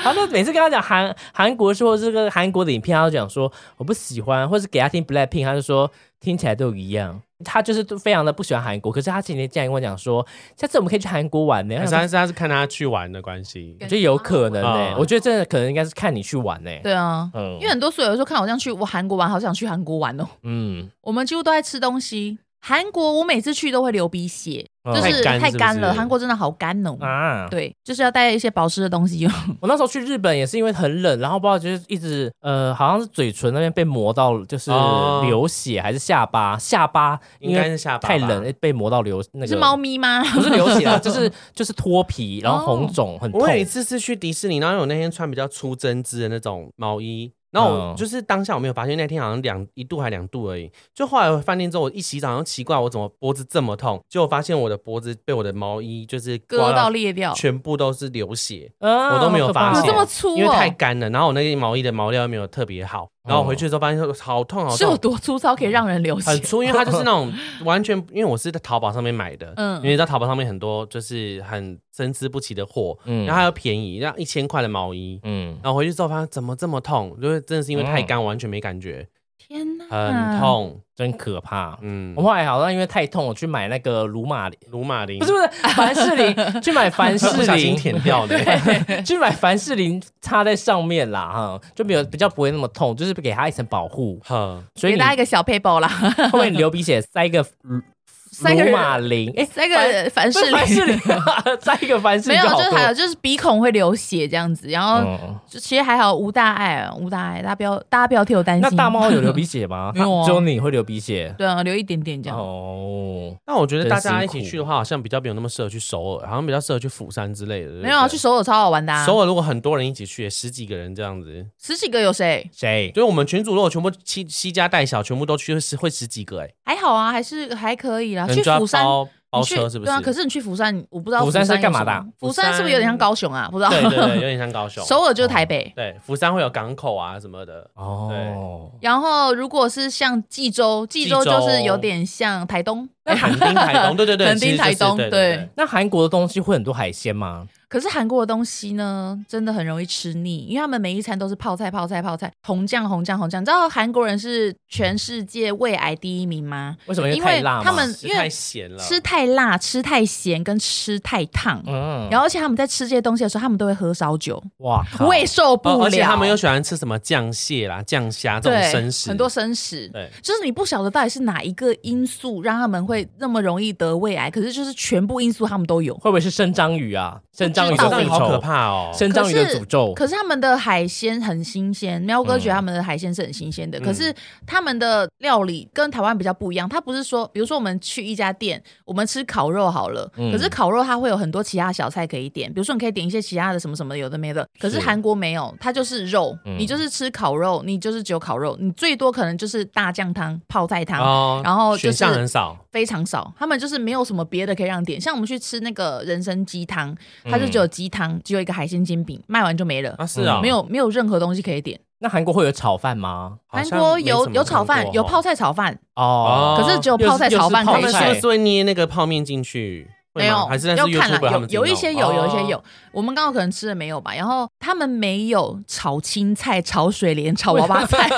[SPEAKER 2] 他就每次跟他讲韩韩国说这个韩国的影片，他就讲说我不喜欢，或是给他听 Blackpink，他就说听起来都一样。他就是都非常的不喜欢韩国，可是他今天竟然跟我讲说，下次我们可以去韩国玩呢。
[SPEAKER 3] 还是他是他是看他去玩的关系
[SPEAKER 2] 我，觉得有可能呢、欸
[SPEAKER 3] 哦
[SPEAKER 2] 我觉得真的可能应该是看你去玩呢、
[SPEAKER 1] 对啊，
[SPEAKER 2] 嗯
[SPEAKER 1] 因为很多所有人说看我这样去我韩国玩，好想去韩国玩哦。
[SPEAKER 2] 嗯，
[SPEAKER 1] 我们几乎都在吃东西。韩国我每次去都会流鼻血，
[SPEAKER 2] 嗯
[SPEAKER 1] 就是
[SPEAKER 3] 太干
[SPEAKER 1] 太
[SPEAKER 3] 是不
[SPEAKER 1] 干
[SPEAKER 3] 是
[SPEAKER 1] 了。韩国真的好干哦。
[SPEAKER 2] 啊，
[SPEAKER 1] 对，就是要带一些保湿的东 西。
[SPEAKER 2] 我那时候去日本也是因为很冷，然后不知道就是一直呃，好像是嘴唇那边被磨到，就是
[SPEAKER 3] 哦
[SPEAKER 2] 流血，还是下巴，下巴
[SPEAKER 3] 应
[SPEAKER 2] 因
[SPEAKER 3] 该
[SPEAKER 2] 为
[SPEAKER 3] 是下巴吧
[SPEAKER 2] 太冷被磨到流那个
[SPEAKER 1] 是猫咪吗？
[SPEAKER 2] 不是流血 啊，就是就是脱皮，然后
[SPEAKER 1] 哦
[SPEAKER 2] 红肿，很痛
[SPEAKER 3] 我。有一次是去迪士尼，然后我那天穿比较粗针织的那种毛衣，然后我
[SPEAKER 2] 嗯
[SPEAKER 3] 就是当下我没有发现那天好像两一度还两度而已，就后来我饭店之后我一洗澡，然后奇怪我怎么脖子这么痛，结果发现我的脖子被我的毛衣就是刮
[SPEAKER 1] 割到裂掉，嗯
[SPEAKER 3] 全部都是流血，
[SPEAKER 2] 啊
[SPEAKER 3] 我都没有发
[SPEAKER 1] 有
[SPEAKER 3] 现
[SPEAKER 1] 这么粗
[SPEAKER 3] 因为太
[SPEAKER 1] 哦？
[SPEAKER 3] 干了，然后我那件毛衣的毛料又没有特别好，然后我回去之后发现说好痛好
[SPEAKER 1] 是有
[SPEAKER 3] 痛。
[SPEAKER 1] 多粗糙可以让人流
[SPEAKER 3] 哦很
[SPEAKER 1] 血？
[SPEAKER 3] 粗，因为它就是那种完全，因为我是在淘宝上面买的，
[SPEAKER 1] 嗯
[SPEAKER 3] 嗯，因为在淘宝上面很多就是很参差不齐的货，
[SPEAKER 2] 嗯
[SPEAKER 3] 然后它又便宜，那一千块的毛衣，
[SPEAKER 2] 嗯，
[SPEAKER 3] 然后回去之后发现怎么这么痛，就是真的是因为太干，完全没感觉，
[SPEAKER 1] 天哪，
[SPEAKER 3] 很。痛。
[SPEAKER 2] 真可怕。
[SPEAKER 3] 嗯
[SPEAKER 2] 我，后来好像因为太痛，我去买那个鲁马林，
[SPEAKER 3] 鲁马林
[SPEAKER 2] 不是不是凡士林，去买凡 士
[SPEAKER 3] 不小心
[SPEAKER 2] 林，
[SPEAKER 3] 舔掉的，
[SPEAKER 2] 去买凡士林擦在上面啦，哈，就没有比较不会那么痛，就是给它一层保护。
[SPEAKER 3] 哼，
[SPEAKER 2] 所
[SPEAKER 1] 给
[SPEAKER 2] 以你
[SPEAKER 1] 大家一个小 paper 啦，
[SPEAKER 2] 后面流鼻血，塞一个鲁
[SPEAKER 1] 塞个
[SPEAKER 2] 鲁马林，哎、
[SPEAKER 1] 那个 凡士
[SPEAKER 2] 凡
[SPEAKER 1] 林
[SPEAKER 2] 士林， 塞一个凡士
[SPEAKER 1] 没
[SPEAKER 2] 林
[SPEAKER 1] 有，
[SPEAKER 2] 好
[SPEAKER 1] 就是
[SPEAKER 2] 多。
[SPEAKER 1] 还有就是鼻孔会流血这样子，然后
[SPEAKER 2] 嗯
[SPEAKER 1] 就其实还好，无大碍啊，无大碍，大家不要大家不要替我担
[SPEAKER 2] 那
[SPEAKER 1] 心。
[SPEAKER 2] 大猫有流鼻血吗？
[SPEAKER 1] 没有啊
[SPEAKER 2] 只有你会流鼻血。
[SPEAKER 1] 对啊，流一点点这样。
[SPEAKER 2] 哦，
[SPEAKER 3] 但我觉得大家一
[SPEAKER 2] 真辛
[SPEAKER 3] 起
[SPEAKER 2] 苦
[SPEAKER 3] 去的话，好像比较没有那么适合去首尔，好像比较适合去釜山之类的。对不对
[SPEAKER 1] 没有啊，去首尔超好玩的、啊。
[SPEAKER 3] 首尔，如果很多人一起去，十几个人这样子，
[SPEAKER 1] 十几个有谁？
[SPEAKER 2] 谁？
[SPEAKER 3] 所以我们群主如果全部七七家带小，全部都去会十会十几个哎、
[SPEAKER 1] 还好啊，还是还可以啦。
[SPEAKER 3] 可能
[SPEAKER 1] 啊去
[SPEAKER 3] 就要
[SPEAKER 1] 釜山，
[SPEAKER 3] 包包
[SPEAKER 1] 你去
[SPEAKER 3] 车是不是？
[SPEAKER 1] 对啊，可是你去釜山，我不知道
[SPEAKER 2] 釜山是
[SPEAKER 1] 有什么
[SPEAKER 2] 干嘛的啊
[SPEAKER 1] 釜山是不是有点像高雄啊？不知道。
[SPEAKER 3] 对对对，有点像高雄。
[SPEAKER 1] 首尔就是台北。
[SPEAKER 3] 对，釜山会有港口啊什么的。
[SPEAKER 2] 哦，
[SPEAKER 1] 然后，如果是像济州，济州
[SPEAKER 3] 济州
[SPEAKER 1] 就是有点像台东，
[SPEAKER 3] 哎垦丁、台 东，对对对，
[SPEAKER 1] 垦丁
[SPEAKER 3] 其实就是
[SPEAKER 1] 台东
[SPEAKER 3] 对
[SPEAKER 1] 对
[SPEAKER 3] 对。
[SPEAKER 2] 那韩国的东西会很多海鲜吗？
[SPEAKER 1] 可是韩国的东西呢，真的很容易吃腻，因为他们每一餐都是泡菜、泡菜、泡菜，红酱、红酱、红酱。你知道韩国人是全世界胃癌第一名吗？
[SPEAKER 3] 嗯
[SPEAKER 2] 为什么？
[SPEAKER 1] 因为
[SPEAKER 2] 太辣吗
[SPEAKER 1] 他们
[SPEAKER 3] 吃太咸了，
[SPEAKER 1] 吃太辣、吃太咸跟吃太烫，
[SPEAKER 2] 嗯
[SPEAKER 1] 然后而且他们在吃这些东西的时候，他们都会喝烧酒，
[SPEAKER 2] 哇靠
[SPEAKER 1] 胃受不
[SPEAKER 3] 哦
[SPEAKER 1] 了。
[SPEAKER 3] 而且他们又喜欢吃什么酱蟹啦、酱虾这种
[SPEAKER 1] 对
[SPEAKER 3] 生食，哦
[SPEAKER 1] 很多生食，
[SPEAKER 3] 对
[SPEAKER 1] 就是你不晓得到底是哪一个因素让他们会那么容易得胃癌，可是就是全部因素他们都有。
[SPEAKER 2] 会不会是生章鱼啊？生章
[SPEAKER 1] 不
[SPEAKER 2] 鱼
[SPEAKER 1] 知
[SPEAKER 2] 的
[SPEAKER 1] 道
[SPEAKER 3] 这
[SPEAKER 2] 复
[SPEAKER 3] 样好可
[SPEAKER 2] 仇，
[SPEAKER 3] 怕哦。
[SPEAKER 2] 生章鱼的诅咒。
[SPEAKER 1] 可是他们的海鲜很新鲜，喵哥
[SPEAKER 3] 嗯
[SPEAKER 1] 觉得他们的海鲜是很新鲜的。可是他们的料理跟台湾比较不一样，它不是说，比如说我们去一家店，我们吃烤肉好了，
[SPEAKER 2] 嗯
[SPEAKER 1] 可是烤肉它会有很多其他小菜可以点，比如说你可以点一些其他的什么什么有的没的。
[SPEAKER 3] 嗯
[SPEAKER 1] 可是
[SPEAKER 2] 是
[SPEAKER 1] 韩国没有，它就是肉，
[SPEAKER 2] 嗯
[SPEAKER 1] 你就是吃烤肉，你就是只有烤肉，你最多可能就是大酱汤、泡菜汤，
[SPEAKER 3] 哦
[SPEAKER 1] 啊然后就
[SPEAKER 3] 选项
[SPEAKER 1] 是
[SPEAKER 3] 很少，
[SPEAKER 1] 非常少，他们就是没有什么别的可以让你点。像我们去吃那个人参鸡汤，它就只
[SPEAKER 3] 嗯
[SPEAKER 1] 有鸡汤，只有一个海鲜煎饼，卖完就没了，
[SPEAKER 3] 啊是啊，
[SPEAKER 1] 嗯没有没有任何东西可以点。
[SPEAKER 2] 那韩国会有炒饭吗？
[SPEAKER 3] 好
[SPEAKER 1] 韩
[SPEAKER 3] 像
[SPEAKER 1] 国
[SPEAKER 3] 没
[SPEAKER 1] 有
[SPEAKER 3] 什么
[SPEAKER 1] 有炒
[SPEAKER 3] 看
[SPEAKER 1] 饭
[SPEAKER 3] 过，
[SPEAKER 1] 有
[SPEAKER 3] 哦
[SPEAKER 1] 泡菜炒饭，
[SPEAKER 2] 哦，
[SPEAKER 1] 可是只有
[SPEAKER 2] 又是
[SPEAKER 1] 泡菜
[SPEAKER 2] 又是
[SPEAKER 1] 炒饭
[SPEAKER 2] 泡
[SPEAKER 1] 可
[SPEAKER 3] 他
[SPEAKER 1] 以
[SPEAKER 3] 们
[SPEAKER 1] 吃
[SPEAKER 3] 是
[SPEAKER 2] 菜
[SPEAKER 3] 不是会捏那个泡面进去？会吗
[SPEAKER 1] 没有
[SPEAKER 3] 还是那
[SPEAKER 1] 要
[SPEAKER 3] 是
[SPEAKER 1] 看
[SPEAKER 3] YouTube 他
[SPEAKER 1] 啦
[SPEAKER 3] 们，自己
[SPEAKER 1] 有有一些
[SPEAKER 3] 弄
[SPEAKER 1] 有，有一
[SPEAKER 3] 哦
[SPEAKER 1] 些有。我们刚刚可能吃的没有吧，然后他们没有炒青菜、炒水莲、炒娃娃 菜，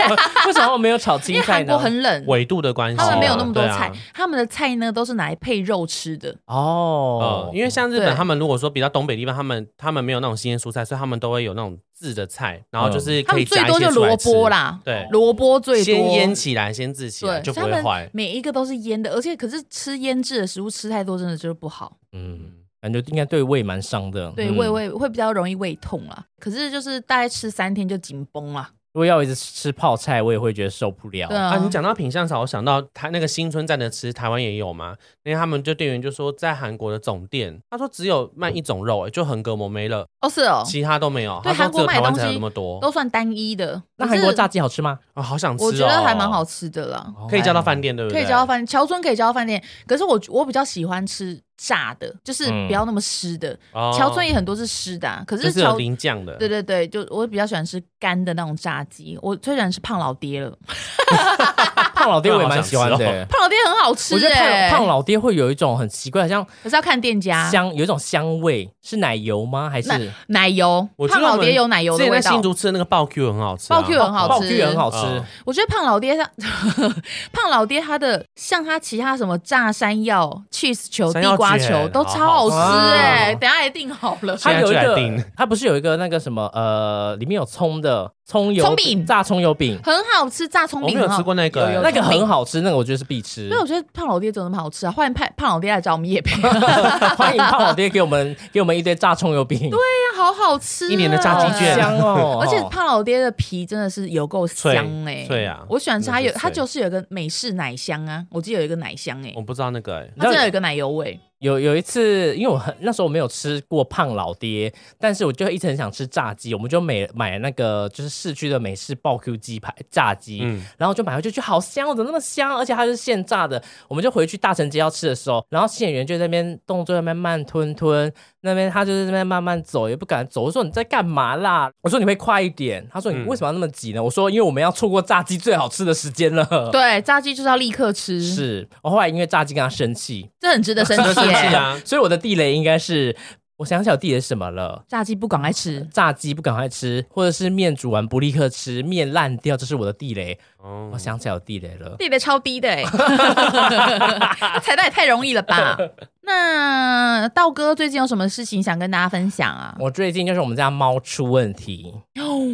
[SPEAKER 2] 为什么我没有炒青
[SPEAKER 1] 因为
[SPEAKER 2] 菜
[SPEAKER 1] 韩
[SPEAKER 2] 呢？
[SPEAKER 1] 国很冷，
[SPEAKER 3] 纬度的关系，
[SPEAKER 1] 他们没有那么多
[SPEAKER 3] 对啊
[SPEAKER 1] 菜，他们的菜呢都是拿来配肉吃的。
[SPEAKER 2] 哦
[SPEAKER 3] 呃，，因为像日
[SPEAKER 1] 对
[SPEAKER 3] 本，他们如果说比较东北地方，他们他们没有那种新鲜蔬菜，所以他们都会有那种自的菜，然后就是
[SPEAKER 1] 嗯他
[SPEAKER 3] 可以
[SPEAKER 1] 们最
[SPEAKER 3] 夹一
[SPEAKER 1] 多
[SPEAKER 3] 些
[SPEAKER 1] 就
[SPEAKER 3] 出来
[SPEAKER 1] 萝卜
[SPEAKER 3] 吃，
[SPEAKER 1] 啦，
[SPEAKER 3] 对
[SPEAKER 1] 萝卜最多。
[SPEAKER 3] 先腌起来，先制起来
[SPEAKER 1] 对，
[SPEAKER 3] 就不
[SPEAKER 1] 所以
[SPEAKER 3] 会
[SPEAKER 1] 他
[SPEAKER 3] 坏
[SPEAKER 1] 们。每一个都是腌的，而且可是吃腌制的食物吃太多，真的就是不好，
[SPEAKER 2] 嗯，感觉应该对胃蛮伤的。
[SPEAKER 1] 对
[SPEAKER 2] 嗯
[SPEAKER 1] 啊胃。胃会比较容易胃痛啦。可是就是大概吃三天就紧绷啦，啊
[SPEAKER 2] 如果要一直吃泡菜，我也会觉得受不了。
[SPEAKER 1] 对
[SPEAKER 3] 啊，你讲到品相少，我想到他那个新村站的吃，台湾也有嘛？因为他们就店员就说，在韩国的总店，他说只有卖一种肉、欸，就横膈膜没了，
[SPEAKER 1] 哦是哦，
[SPEAKER 3] 其他都没有。
[SPEAKER 1] 对
[SPEAKER 3] 他说只有台湾才
[SPEAKER 1] 韩国卖的东
[SPEAKER 3] 有
[SPEAKER 1] 西
[SPEAKER 3] 那么多，
[SPEAKER 1] 都算单一的。
[SPEAKER 2] 那
[SPEAKER 1] 可
[SPEAKER 2] 韩
[SPEAKER 1] 是
[SPEAKER 2] 国炸鸡好吃吗？
[SPEAKER 3] 啊，好想吃、哦。哦
[SPEAKER 1] 我觉得还蛮好，吃的啦，
[SPEAKER 3] 可以叫到饭店，对不
[SPEAKER 1] 可
[SPEAKER 3] 对？
[SPEAKER 1] 以叫到饭，乔村可以叫到饭店。可是我我比较喜欢吃炸的，就是
[SPEAKER 2] 嗯
[SPEAKER 1] 不要那么湿的。
[SPEAKER 3] 哦
[SPEAKER 1] 乔村也很多是湿的啊、可
[SPEAKER 3] 就是是有
[SPEAKER 1] 乔
[SPEAKER 3] 淋酱的，
[SPEAKER 1] 对对对，就我比较喜欢吃干的那种炸鸡。我虽然是胖老爹了，
[SPEAKER 2] 胖老爹我也蛮喜欢 的、
[SPEAKER 3] 我好想
[SPEAKER 1] 胖老爹很好吃、欸，
[SPEAKER 2] 我觉得胖胖老爹会有一种很奇怪的，像
[SPEAKER 1] 可是要看店家。
[SPEAKER 2] 香有一种香味，是奶油吗？还是
[SPEAKER 1] 那奶油
[SPEAKER 3] 我，觉
[SPEAKER 1] 胖
[SPEAKER 3] 得我
[SPEAKER 1] 老
[SPEAKER 3] 们
[SPEAKER 1] 爹有奶油
[SPEAKER 3] 之
[SPEAKER 1] 的
[SPEAKER 3] 前
[SPEAKER 1] 味
[SPEAKER 3] 在
[SPEAKER 1] 道
[SPEAKER 3] 新。竹吃的那个爆 Q 很好吃、啊，
[SPEAKER 1] 爆 Q 很好吃
[SPEAKER 2] 爆 Q 也很好吃？
[SPEAKER 3] 哦
[SPEAKER 1] 我觉得胖老爹像， 胖老爹他的像他其他什么炸山药、cheese 球、
[SPEAKER 3] 山药
[SPEAKER 1] 地瓜球
[SPEAKER 3] 卷
[SPEAKER 1] 都超好吃
[SPEAKER 2] 好好吃
[SPEAKER 1] 哎、
[SPEAKER 2] 哦
[SPEAKER 1] 等一下也订好了。
[SPEAKER 2] 它有一
[SPEAKER 3] 现在就来
[SPEAKER 2] 个
[SPEAKER 3] 订，
[SPEAKER 2] 它不是有一个那个什么呃，里面有葱的葱油
[SPEAKER 1] 葱饼
[SPEAKER 2] 炸葱油饼，
[SPEAKER 1] 很好吃，炸葱
[SPEAKER 3] 我没
[SPEAKER 1] 饼
[SPEAKER 3] 有
[SPEAKER 1] 很
[SPEAKER 3] 吃
[SPEAKER 1] 好
[SPEAKER 3] 过。那个、
[SPEAKER 1] 有有
[SPEAKER 3] 欸
[SPEAKER 2] 那个很好吃，那个我觉得是必吃
[SPEAKER 1] 所以。我觉得胖老爹怎么那么好吃啊？欢迎胖胖老爹来找我们哎夜 配，
[SPEAKER 2] 欢迎胖老爹给我们给我们一堆炸葱油饼，对，
[SPEAKER 1] 那好好吃、啊
[SPEAKER 3] 一年的炸
[SPEAKER 2] 好
[SPEAKER 3] 鸡卷
[SPEAKER 2] 香 哦，
[SPEAKER 1] 而且胖老爹的皮真的是有够香哎、
[SPEAKER 3] 脆脆啊
[SPEAKER 1] 我喜欢吃它有，
[SPEAKER 3] 真的是脆
[SPEAKER 1] 它就是有一个美式奶香啊，我记得有一个奶香哎、
[SPEAKER 3] 我不知道那个、欸，
[SPEAKER 1] 它真的有一个奶油味，
[SPEAKER 2] 有有一次，因为我很那时候我没有吃过胖老爹，但是我就一直很想吃炸鸡，我们就买买了那个就是市区的美式爆 Q 鸡排炸鸡，
[SPEAKER 3] 嗯
[SPEAKER 2] 然后就买回去，就好香，怎么那么香？而且它是现炸的，我们就回去大城街要吃的时候，然后新演员就在那边动作在那边慢吞吞，那边他就是在那边慢慢走，也不敢走。我说你在干嘛啦？我说你会快一点。他说你
[SPEAKER 3] 嗯
[SPEAKER 2] 为什么要那么急呢？我说因为我们要错过炸鸡最好吃的时间了。
[SPEAKER 1] 对，炸鸡就是要立刻吃，
[SPEAKER 2] 是，我后来因为炸鸡跟他生气，
[SPEAKER 1] 这很值得生
[SPEAKER 3] 真的
[SPEAKER 1] 气
[SPEAKER 3] 生
[SPEAKER 1] 哎、
[SPEAKER 3] 气啊！
[SPEAKER 2] 所以我的地雷应该是，我想想我地雷是什么了。
[SPEAKER 1] 炸鸡不赶快吃，
[SPEAKER 2] 炸鸡不赶快吃，或者是面煮完不立刻吃，面烂掉，这是我的地雷。
[SPEAKER 3] 哦
[SPEAKER 2] 我想起来有地雷了，
[SPEAKER 1] 地雷超低 的哎、踩到也太容易了吧？那道哥最近有什么事情想跟大家分享啊？
[SPEAKER 2] 我最近就是我们家猫出问题，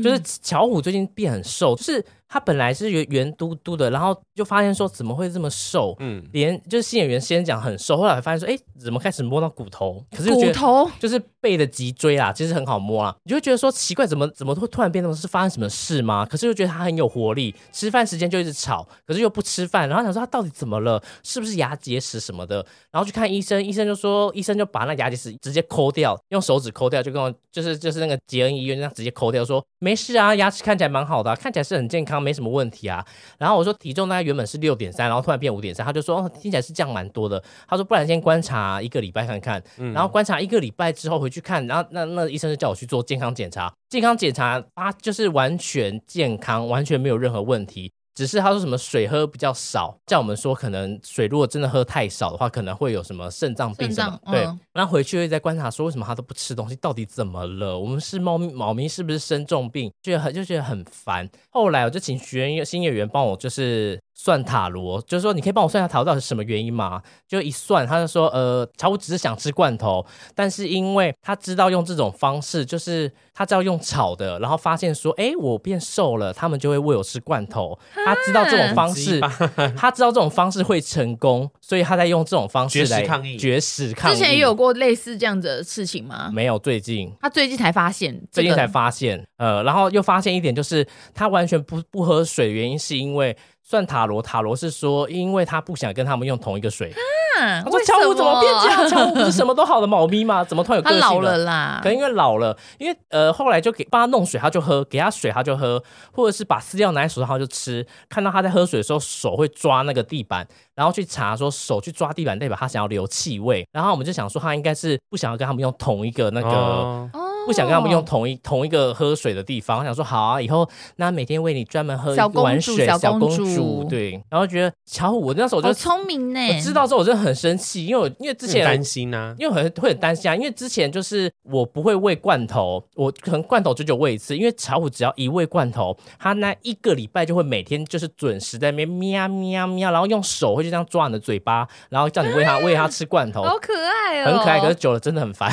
[SPEAKER 2] 就是巧虎最近变很瘦，就是它本来是圆圆嘟嘟的，然后就发现说怎么会这么瘦。
[SPEAKER 3] 嗯，
[SPEAKER 2] 连就是新演员先讲很瘦，后来发现说，哎、怎么开始摸到骨头？可是又觉
[SPEAKER 1] 骨
[SPEAKER 2] 得
[SPEAKER 1] 头
[SPEAKER 2] 就是背的脊椎啦，其实很好摸啊啦。你就会觉得说奇怪，怎么怎么会突然变那么是发生什么事吗？可是又觉得他很有活力，吃饭时间就一直吵，可是又不吃饭，然后想说他到底怎么了？是不是牙结石什么的？然后去看医生，医生就说医生就把那牙结石直接抠掉，用手指抠掉，就跟我就是就是那个杰恩医院那样直接抠掉，说没事啊，牙齿看起来蛮好的啊、看起来是很健康，没什么问题啊。然后我说体重大概原本是六点三，然后突然变五点三，他就说、哦、听起来是降蛮多的。他说不然先观察一个礼拜看看，然后观察一个礼拜之后回去看，然后那那医生就叫我去做健康检查，健康检查他就是完全健康，完全没有任何问题。只是他说什么水喝比较少，叫我们说可能水如果真的喝太少的话，可能会有什么肾脏病
[SPEAKER 1] 肾
[SPEAKER 2] 什么
[SPEAKER 1] 脏。
[SPEAKER 2] 对
[SPEAKER 1] 嗯，
[SPEAKER 2] 然后回去又在观察说为什么他都不吃东西，到底怎么了？我们是猫咪，猫咪是不是生重病？就很就觉得很烦。后来我就请学员新演员帮我就是算塔罗，就是说你可以帮我算一下塔罗到底是什么原因吗？就一算，他就说呃，乔五只是想吃罐头，但是因为他知道用这种方式，就是他知道用炒的，然后发现说，哎，我变瘦了，他们就会喂我吃罐头。他知道这种方式， 他知道这种方式会成功，所以他在用这种方式
[SPEAKER 3] 绝食
[SPEAKER 2] 来
[SPEAKER 3] 抗议
[SPEAKER 2] 绝食抗议。
[SPEAKER 1] 之前也有过类似这样的事情吗？
[SPEAKER 2] 没有最近？
[SPEAKER 1] 他最近才发现、这
[SPEAKER 2] 最
[SPEAKER 1] 个，
[SPEAKER 2] 近才发现，呃，然后又发现一点，就是他完全不不喝水，原因是因为算塔罗，塔罗是说，因为他不想跟他们用同一个水。
[SPEAKER 1] 啊
[SPEAKER 2] 他说
[SPEAKER 1] 为：“
[SPEAKER 2] 乔
[SPEAKER 1] 什
[SPEAKER 2] 五怎么变这样？乔五不是什么都好的猫咪吗？怎么突然有个
[SPEAKER 1] 他
[SPEAKER 2] 性
[SPEAKER 1] 老
[SPEAKER 2] 了
[SPEAKER 1] 了？啦
[SPEAKER 2] 可，能因为老了，因为呃后来就给帮他弄水，他就喝；给他水，他就喝，或者是把饲料拿在手上，他就吃。看到他在喝水的时候，手会抓那个地板，然后去查说手去抓地板代表他想要留气味。然后我们就想说他应该是不想要跟他们用同一个那个。
[SPEAKER 3] 哦
[SPEAKER 1] 哦
[SPEAKER 2] 不想跟他们用同一同一个喝水的地方，我想说好啊，以后那每天为你专门喝
[SPEAKER 1] 小
[SPEAKER 2] 一碗
[SPEAKER 1] 公主
[SPEAKER 2] 水，
[SPEAKER 1] 小
[SPEAKER 2] 小
[SPEAKER 1] 公
[SPEAKER 2] 公
[SPEAKER 1] 主
[SPEAKER 2] 对，然后觉得乔虎，我那时候我就
[SPEAKER 1] 好聪明呢、
[SPEAKER 2] 我知道之后我真的很生气，因为我因为之
[SPEAKER 3] 很
[SPEAKER 2] 前
[SPEAKER 3] 担心啊，
[SPEAKER 2] 因为我很会很担心啊，因为之前就是我不会喂罐头，我可能罐头久久喂一次，因为巧虎只要一喂罐头，它那一个礼拜就会每天就是准时在那边喵喵喵，然后用手会就这样抓你的嘴巴，然后叫你喂它喂它吃罐头，
[SPEAKER 1] 好可爱哦、
[SPEAKER 2] 很可爱，可是久了真的很烦。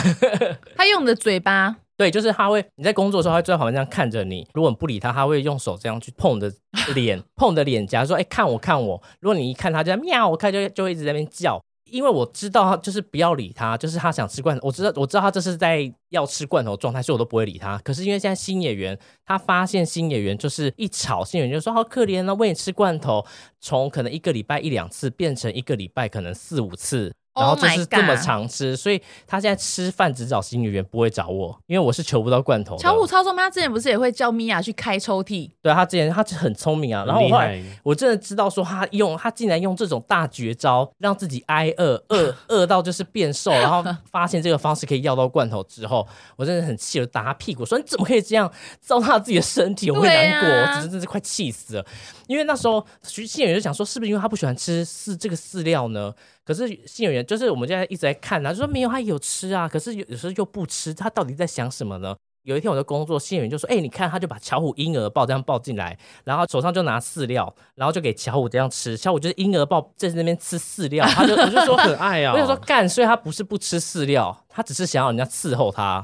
[SPEAKER 1] 他用的嘴巴，
[SPEAKER 2] 对，就是它会你在工作的时候，它会坐在旁边这样看着你，如果你不理它，它会用手这样去碰 你的脸，碰你的脸颊说哎、看我看我，如果你一看它就在喵，我看就就会一直在那边叫。因为我知道他就是不要理他，就是他想吃罐头，我知道我知道他这是在要吃罐头状态，所以我都不会理他。可是因为现在新演员，他发现新演员就是一吵，新演员就说好可怜啊，喂你吃罐头，从可能一个礼拜一两次变成一个礼拜可能四五次。然后
[SPEAKER 1] Oh
[SPEAKER 2] 就
[SPEAKER 1] my
[SPEAKER 2] 是这么
[SPEAKER 1] God
[SPEAKER 2] 常吃所以他现在吃饭只找新演员，不会找我，因为我是求不到罐头的。
[SPEAKER 1] 巧虎超聪明，他之前不是也会叫米娅去开抽屉？
[SPEAKER 2] 对他之前他很聪明啊，然后我
[SPEAKER 3] 很厉
[SPEAKER 2] 后来
[SPEAKER 3] 害，
[SPEAKER 2] 我真的知道说他用他竟然用这种大绝招让自己挨饿， 饿饿到就是变瘦，然后发现这个方式可以要到罐头之后，我真的很气，我打他屁股说你怎么可以这样糟蹋自己的身体，我会
[SPEAKER 1] 对
[SPEAKER 2] 难
[SPEAKER 1] 啊
[SPEAKER 2] 过，我只是真是快气死了。因为那时候徐新演员就想说，是不是因为他不喜欢吃饲这个饲料呢？可是新演员就是我们现在一直在看他，就说没有，他有吃啊，可是有有时候又不吃，他到底在想什么呢？有一天我在工作，新演员就说：“哎、你看，他就把巧虎婴儿抱这样抱进来，然后手上就拿饲料，然后就给巧虎这样吃。巧虎就是婴儿抱在那边吃饲料，他就我就
[SPEAKER 3] 多
[SPEAKER 2] 说，
[SPEAKER 3] 可爱啊！
[SPEAKER 2] 我就说干，所以他不是不吃饲料， 他只是想要人家伺候他，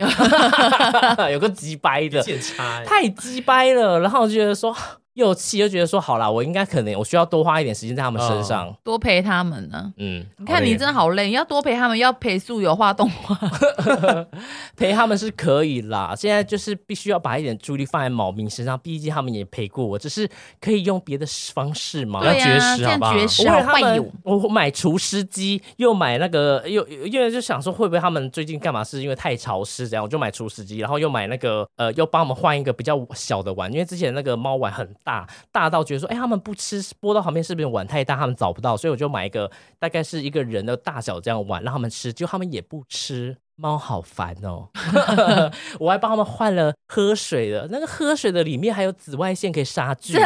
[SPEAKER 2] 有个鸡掰的，
[SPEAKER 3] 检查欸，
[SPEAKER 2] 太鸡掰了。然后我就觉得说又气，又觉得说好啦，我应该可能我需要多花一点时间在他们身上。
[SPEAKER 1] 多陪他们呢、
[SPEAKER 2] 嗯，
[SPEAKER 1] 你看你真的好累，要多陪他们，要陪素友画动画。
[SPEAKER 2] 陪他们是可以啦，现在就是必须要把一点注意力放在毛民身上，毕竟他们也陪过我，只是可以用别的方式嘛。
[SPEAKER 3] 要
[SPEAKER 1] 对呀、
[SPEAKER 3] 绝食
[SPEAKER 1] 这样
[SPEAKER 3] 好不好
[SPEAKER 1] 绝
[SPEAKER 2] 我
[SPEAKER 1] 食
[SPEAKER 2] 为
[SPEAKER 1] 好
[SPEAKER 2] 了他
[SPEAKER 1] 坏
[SPEAKER 2] 们
[SPEAKER 1] 哟。，
[SPEAKER 2] 我买除湿机，又买那个，又因为就想说会不会他们最近干嘛？是因为太潮湿这样，我就买除湿机，然后又买那个呃，又帮我们换一个比较小的碗，因为之前那个猫碗很大，大到觉得说，哎、他们不吃，播到旁边是不是碗太大，他们找不到，所以我就买一个大概是一个人的大小这样的碗让他们吃，就他们也不吃。猫好烦哦！我还帮他们换了喝水的，那个喝水的里面还有紫外线可以杀菌。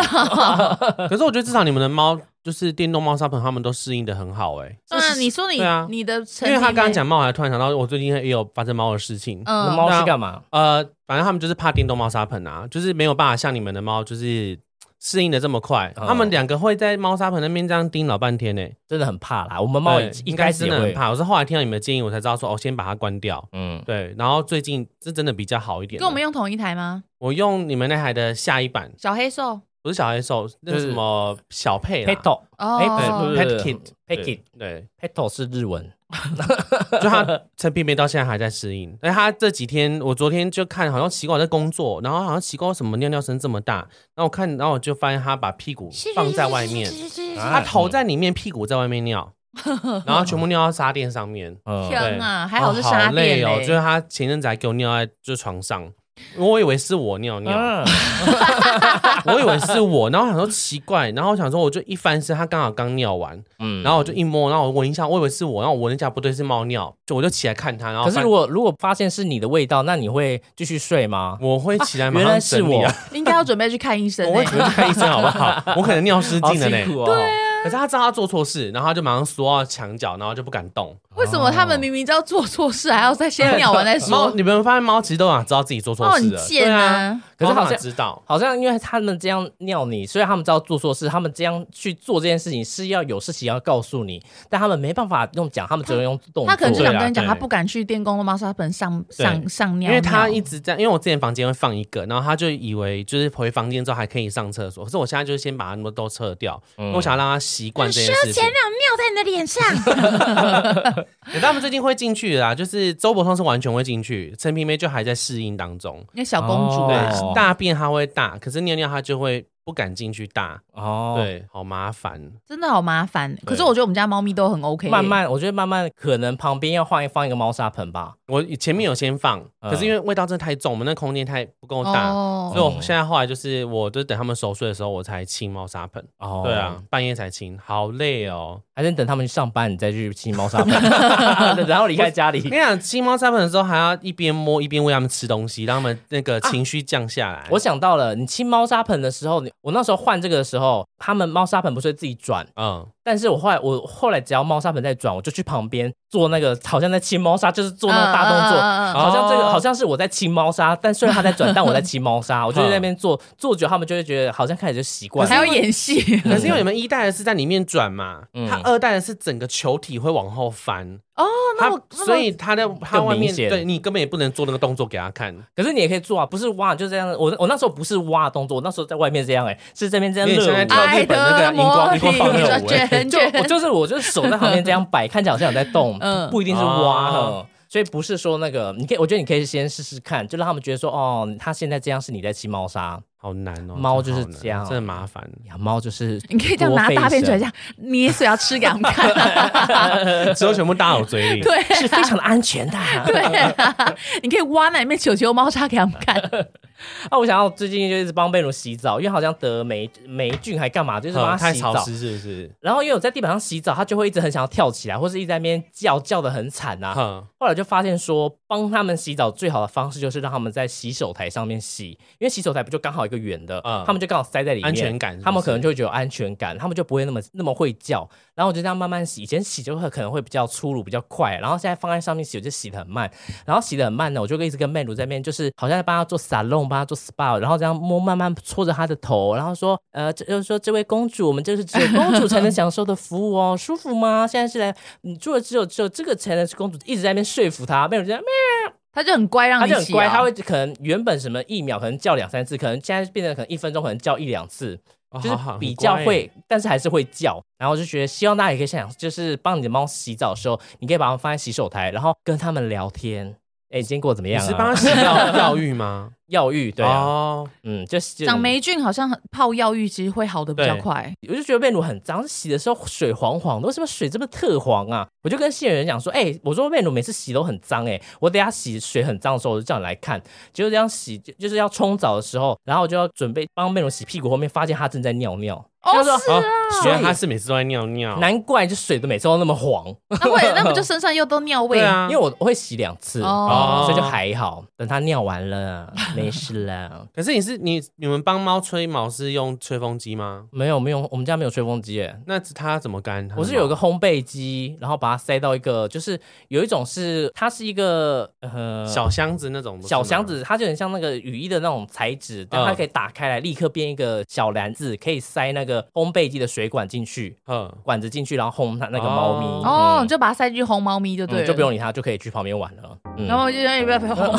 [SPEAKER 3] 可是我觉得至少你们的猫就是电动猫砂盆，它们都适应的很好哎。
[SPEAKER 1] 当然，你说你、
[SPEAKER 3] 对啊
[SPEAKER 1] 你的成
[SPEAKER 3] 因
[SPEAKER 1] 绩没，
[SPEAKER 3] 为他刚刚讲猫，我还突然想到，我最近也有发生猫的事情。
[SPEAKER 1] 嗯，
[SPEAKER 2] 猫
[SPEAKER 3] 那
[SPEAKER 2] 是干嘛？
[SPEAKER 3] 呃，反正他们就是怕电动猫砂盆啊，就是没有办法像你们的猫就是适应的这么快。
[SPEAKER 2] 哦
[SPEAKER 3] 他们两个会在猫砂盆那边这样盯老半天呢、
[SPEAKER 2] 真的很怕啦。我们猫
[SPEAKER 3] 对
[SPEAKER 2] 一
[SPEAKER 3] 应
[SPEAKER 2] 开
[SPEAKER 3] 该
[SPEAKER 2] 始
[SPEAKER 3] 真
[SPEAKER 2] 也
[SPEAKER 3] 的很
[SPEAKER 2] 会，
[SPEAKER 3] 怕。我是后来听到你们的建议，我才知道说哦，先把它关掉。
[SPEAKER 2] 嗯，
[SPEAKER 3] 对，然后最近是真的比较好一点了。
[SPEAKER 1] 跟我们用同一台吗？
[SPEAKER 3] 我用你们那台的下一版，
[SPEAKER 1] 小黑兽
[SPEAKER 3] 不是小黑兽，那
[SPEAKER 2] 就是是
[SPEAKER 3] 什么小佩啦
[SPEAKER 2] p e t o
[SPEAKER 1] 哦，
[SPEAKER 3] 啊对
[SPEAKER 2] 哎，
[SPEAKER 3] 对
[SPEAKER 2] 不是
[SPEAKER 3] Pet kit
[SPEAKER 2] pet kit
[SPEAKER 3] 对，
[SPEAKER 2] p e t o 是日文，
[SPEAKER 3] 就它陈便便到现在还在适应。哎，它这几天，我昨天就看，好像奇怪我在工作，然后好像奇怪为什么尿尿声这么大。然后我看，然后我就发现它把屁股放在外面，它
[SPEAKER 2] 啊
[SPEAKER 3] 头在里面，屁股在外面 尿，然后全部尿到沙垫上面。
[SPEAKER 2] 嗯，
[SPEAKER 1] 天啊，还
[SPEAKER 3] 哦
[SPEAKER 1] 好是沙
[SPEAKER 3] 累
[SPEAKER 1] 店
[SPEAKER 3] 哦，
[SPEAKER 1] 嘞
[SPEAKER 3] 就是他前阵子还给我尿在就床上，我以为是我尿尿，
[SPEAKER 2] 嗯
[SPEAKER 3] 我以为是我，然后我想说奇怪，然后我想说我就一翻身，他刚好刚尿完，
[SPEAKER 2] 嗯，
[SPEAKER 3] 然后我就一摸，然后我闻一下，我以为是我，然后我闻一下不对是猫尿，就我就起来看他，然后
[SPEAKER 2] 可是
[SPEAKER 3] 翻
[SPEAKER 2] 如果如果发现是你的味道，那你会继续睡吗？
[SPEAKER 3] 我会起来马
[SPEAKER 2] 原来
[SPEAKER 3] 上
[SPEAKER 2] 是
[SPEAKER 3] 整理啊，
[SPEAKER 1] 应该要准备去看医生
[SPEAKER 3] 我会
[SPEAKER 1] 嘞。
[SPEAKER 3] 准备去看医生好 不好？我可能欸尿失
[SPEAKER 2] 好
[SPEAKER 3] 禁了
[SPEAKER 2] 辛
[SPEAKER 3] 呢。
[SPEAKER 2] 苦哦，
[SPEAKER 1] 啊
[SPEAKER 2] 对，
[SPEAKER 3] 可是他知道他做错事，然后他就马上缩到墙角，然后就不敢动。
[SPEAKER 1] 为什么他
[SPEAKER 3] 哦
[SPEAKER 1] 们明明知道做错事，还要再先尿完
[SPEAKER 2] 哎
[SPEAKER 1] 再
[SPEAKER 3] 猫，
[SPEAKER 1] 说？
[SPEAKER 3] 你们发现 猫其实都想知道自己做错
[SPEAKER 1] 猫
[SPEAKER 3] 事
[SPEAKER 1] 很
[SPEAKER 2] 哦
[SPEAKER 3] 了，对
[SPEAKER 1] 贱
[SPEAKER 3] 啊。
[SPEAKER 1] 啊！
[SPEAKER 2] 可是
[SPEAKER 3] 猫
[SPEAKER 2] 好
[SPEAKER 3] 哪
[SPEAKER 2] 像
[SPEAKER 3] 知道，
[SPEAKER 2] 好像因为他们这样尿你，虽然他们知道做错事，他们这样去做这件事情是要有事情要告诉你，但他们没办法用讲，他们只能用动作。
[SPEAKER 1] 他可能就想跟你讲，
[SPEAKER 3] 对啊
[SPEAKER 1] 他
[SPEAKER 3] 对
[SPEAKER 1] 不敢去电工的猫砂盆上
[SPEAKER 3] 对
[SPEAKER 1] 上上尿，
[SPEAKER 3] 因为他一直在，因为我之前房间会放一个，然后他就以为就是回房间之后还可以上厕所，可是我现在就是先把它们都撤掉，
[SPEAKER 2] 嗯
[SPEAKER 3] 因为我想要让他习惯这件事情。
[SPEAKER 2] 啊
[SPEAKER 1] 尿在你的脸 上，
[SPEAKER 3] 可欸是他们最近会进去的啦，啊就是周伯通是完全会进去，陈皮妹就还在适应当中。
[SPEAKER 1] 那小公主
[SPEAKER 2] 哦
[SPEAKER 3] 对，
[SPEAKER 1] 啊，
[SPEAKER 3] 大便他会大，可是尿尿他就会不敢进去大，
[SPEAKER 2] 哦，。
[SPEAKER 3] 对，好麻烦。
[SPEAKER 1] 真的好麻烦。可是我觉得我们家猫咪都很 OK，
[SPEAKER 2] 慢慢，我觉得慢慢可能旁边要换一放一个猫砂盆吧。
[SPEAKER 3] 我前面有先放，
[SPEAKER 2] 嗯
[SPEAKER 3] 可是因为味道真的太重，我们那空间太不够大，所以
[SPEAKER 1] 哦，
[SPEAKER 3] 我现在后来就是，我就等他们熟睡的时候，我才清猫砂盆。
[SPEAKER 2] 哦
[SPEAKER 3] 对啊，，半夜才清，好累哦。
[SPEAKER 2] 还是等他们去上班，你再去清猫砂盆， 然后离开家
[SPEAKER 3] 你
[SPEAKER 2] 里。
[SPEAKER 3] 想清猫砂盆的时候，还要一边摸一边喂它们吃东西，让它们那个情绪降下来。
[SPEAKER 2] 啊我想到了，你清猫砂盆的时候，你我那时候换这个的时候，他们猫砂盆不是会自己转，
[SPEAKER 3] 嗯，
[SPEAKER 2] 但是我后来我后来只要猫砂盆在转，我就去旁边做那个好像在清猫砂，就是做那个大动作，
[SPEAKER 1] 嗯嗯嗯嗯
[SPEAKER 2] 好像这个
[SPEAKER 3] 哦
[SPEAKER 2] 好像是我在清猫砂，但虽然它在转，但我在清猫砂，我就在那边做做久，他们就会觉得好像开始就习惯
[SPEAKER 1] 还要
[SPEAKER 2] 了。
[SPEAKER 1] 演 戏
[SPEAKER 3] 可是因为你们一代的是在里面转嘛，
[SPEAKER 2] 嗯
[SPEAKER 3] 它二代的是整个球体会往后翻，
[SPEAKER 1] 哦。那
[SPEAKER 3] 它
[SPEAKER 1] 我那我
[SPEAKER 3] 所以它的它外
[SPEAKER 2] 更明
[SPEAKER 3] 面
[SPEAKER 2] 显
[SPEAKER 3] 对你根本也不能做那个动作给它看，
[SPEAKER 2] 可是你也可以做啊，不是挖，就这样。我我那时候不是挖的动作，我那时候在外面这样、欸，哎，是这边这样热
[SPEAKER 3] 你
[SPEAKER 2] 舞
[SPEAKER 3] 现在跳
[SPEAKER 2] 啊。
[SPEAKER 3] 日本那个荧光荧光棒热舞欸
[SPEAKER 1] 人
[SPEAKER 2] 就
[SPEAKER 1] 卷
[SPEAKER 2] 我就是我就是手在旁边这样摆，看起来好像有在动，
[SPEAKER 1] 嗯
[SPEAKER 2] 不一定是挖
[SPEAKER 3] 哦
[SPEAKER 2] 了。所以不是说那个，你可以，我觉得你可以先试试看，就让他们觉得说，哦，他现在这样是你在骑猫砂，
[SPEAKER 3] 好难哦，
[SPEAKER 2] 猫就是
[SPEAKER 3] 好难
[SPEAKER 2] 这样
[SPEAKER 3] 真的麻烦。
[SPEAKER 2] 养猫就是
[SPEAKER 1] 你可以这样
[SPEAKER 2] 多
[SPEAKER 1] 拿
[SPEAKER 2] 费啊
[SPEAKER 1] 大便 出来，
[SPEAKER 2] 神
[SPEAKER 1] 这样捏碎要吃给他们看、
[SPEAKER 3] 之后全部搭我嘴 里。
[SPEAKER 1] 对
[SPEAKER 2] 是非常的安全的。
[SPEAKER 1] 对、啊，你可以挖那里面球球猫砂给他们看。
[SPEAKER 2] 啊，我想要最近就一直帮贝鲁洗澡，因为好像得霉霉菌还干嘛，就是帮
[SPEAKER 3] 嗯
[SPEAKER 2] 他
[SPEAKER 3] 太
[SPEAKER 2] 洗
[SPEAKER 3] 潮
[SPEAKER 2] 澡。
[SPEAKER 3] 湿是不是？
[SPEAKER 2] 然后因为我在地板上洗澡，他就会一直很想要跳起来，或是一直在那边叫，叫的很惨啊。
[SPEAKER 3] 哼，
[SPEAKER 2] 后来就发现说，帮他们洗澡最好的方式就是让他们在洗手台上面洗，因为洗手台不就刚好一个圆的，
[SPEAKER 3] 嗯
[SPEAKER 2] 他们就刚好塞在里面，
[SPEAKER 3] 安全感是不是
[SPEAKER 2] 他们可能就会觉得有安全感，他们就不会那么那么会叫。然后我就这样慢慢洗，以前洗就会可能会比较粗鲁、比较快，然后现在放在上面洗，我就洗的很慢，然后洗的很慢呢，我就一直跟妹如在那边，就是好像在帮他做 salon，帮他做 spa，然后这样摸慢慢搓着她的头，然后说，呃，这就是说这位公主，我们这是只有公主才能享受的服务哦， 舒服吗？现在是来你做的只有只有这个才能是公主，一直在那边说服她，妹如就在那边
[SPEAKER 1] 他就很乖，让
[SPEAKER 2] 他
[SPEAKER 1] 你
[SPEAKER 2] 就很
[SPEAKER 1] 洗、
[SPEAKER 2] 乖，
[SPEAKER 3] 啊
[SPEAKER 2] 他
[SPEAKER 1] 哦。
[SPEAKER 2] 会可能原本什么一秒可能叫两三次，可能现在变成可能一分钟可能叫一两次，
[SPEAKER 3] 哦
[SPEAKER 2] 就是
[SPEAKER 3] 好好很
[SPEAKER 2] 比较
[SPEAKER 3] 乖
[SPEAKER 2] 会，但是还是会叫。然后我就觉得希望大家也可以想，就是帮你的猫洗澡的时候，你可以把它们放在洗手台，然后跟它们聊天。哎、你今天过得怎么
[SPEAKER 3] 你
[SPEAKER 2] 样、啊？
[SPEAKER 3] 是帮他洗药药浴吗？
[SPEAKER 2] 药浴 对啊，
[SPEAKER 3] 哦
[SPEAKER 2] 嗯，就是
[SPEAKER 1] 长，霉菌好像很泡药浴，其实会好的比较
[SPEAKER 3] 对
[SPEAKER 1] 快。
[SPEAKER 2] 我就觉得贝鲁很脏，洗的时候水黄黄的，为什么水这么特黄啊？我就跟新人讲说，哎、我说贝鲁每次洗都很脏，哎，我等一下洗水很脏的时候，我就叫你来看。结果这样洗，就就是要冲澡的时候，然后我就要准备帮贝鲁洗屁股，后面发现他正在尿尿，
[SPEAKER 1] 哦，
[SPEAKER 2] 就是说
[SPEAKER 3] 哦，
[SPEAKER 2] 所
[SPEAKER 3] 原
[SPEAKER 2] 以
[SPEAKER 3] 来他是每次都在尿尿。
[SPEAKER 2] 难怪就水都每次都那么黄，
[SPEAKER 1] 那会那不就身上又都尿味？
[SPEAKER 3] 对啊，
[SPEAKER 2] 因为我我会洗两次，
[SPEAKER 1] 哦
[SPEAKER 2] 所以就还好。等他尿完了，没事了。
[SPEAKER 3] 可是你是你你们帮猫吹毛是用吹风机吗？
[SPEAKER 2] 没有没有，我们家没有吹风机耶，
[SPEAKER 3] 那它怎么干？它的
[SPEAKER 2] 我是有
[SPEAKER 3] 毛
[SPEAKER 2] 个烘焙机，然后把它塞到一个，就是有一种是它是一个呃
[SPEAKER 3] 小箱子那种，
[SPEAKER 2] 小箱
[SPEAKER 3] 不是吗。
[SPEAKER 2] 子，它就很像那个雨衣的那种材质，但它可以打开来，立刻变一个小篮子，可以塞那个烘焙机的水管进去，
[SPEAKER 3] 嗯，
[SPEAKER 2] 管子进去，然后烘它那个猫咪。
[SPEAKER 1] 哦，
[SPEAKER 2] 嗯
[SPEAKER 1] 你就把它塞进去烘猫咪就对
[SPEAKER 2] 嗯
[SPEAKER 1] 了，
[SPEAKER 2] 就不用理它，就可以去旁边玩了。嗯
[SPEAKER 1] 然后我就说也不要不要碰，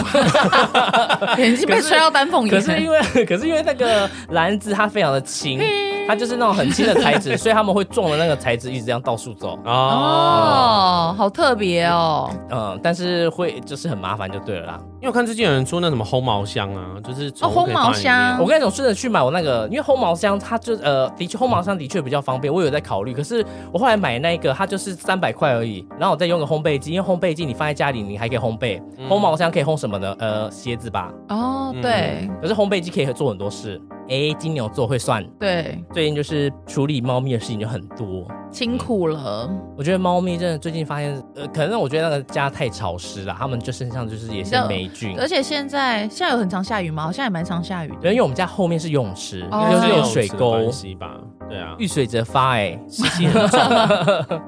[SPEAKER 1] 眼睛被吹到丹 凤眼。
[SPEAKER 2] 可是因为 可是因为那个篮子它非常的轻，它就是那种很轻的材质，所以他们会撞的那个材质一直这样到处走。
[SPEAKER 3] 哦，
[SPEAKER 1] 哦，好特别哦，
[SPEAKER 2] 嗯，但是会就是很麻烦就对了啦。
[SPEAKER 3] 因为我看最近有人出那什么烘毛箱啊，就是宠物
[SPEAKER 1] 哦
[SPEAKER 3] 可
[SPEAKER 1] 烘
[SPEAKER 3] 以
[SPEAKER 1] 毛
[SPEAKER 3] 放在里面
[SPEAKER 1] 箱
[SPEAKER 2] 我跟你讲，顺着去买我那个，因为烘毛箱它就呃，的确烘毛箱的确比较方便，我有在考虑。可是我后来买那个，它就是三百块而已，然后我再用个烘焙机，因为烘焙机你放在家里，你还可以烘焙。烘毛箱可以烘什么呢？呃，鞋子吧。
[SPEAKER 1] 哦，
[SPEAKER 3] 嗯
[SPEAKER 1] 对
[SPEAKER 2] 可是烘焙机可以做很多事。哎，金牛座会算，
[SPEAKER 1] 对，
[SPEAKER 2] 最近就是处理猫咪的事情就很多。
[SPEAKER 1] 辛苦了，
[SPEAKER 2] 我觉得猫咪真的最近发现，呃，可能我觉得那个家太潮湿了，它们就身上就是也是霉菌。
[SPEAKER 1] 而且现在现在有很常下雨吗？好像也蛮常下雨的。
[SPEAKER 2] 因为我们家后面是游泳池，
[SPEAKER 1] 哦
[SPEAKER 2] 又是
[SPEAKER 3] 有
[SPEAKER 2] 有水沟，
[SPEAKER 3] 吧？对啊，
[SPEAKER 2] 遇水则发、哎，
[SPEAKER 3] 湿气很重，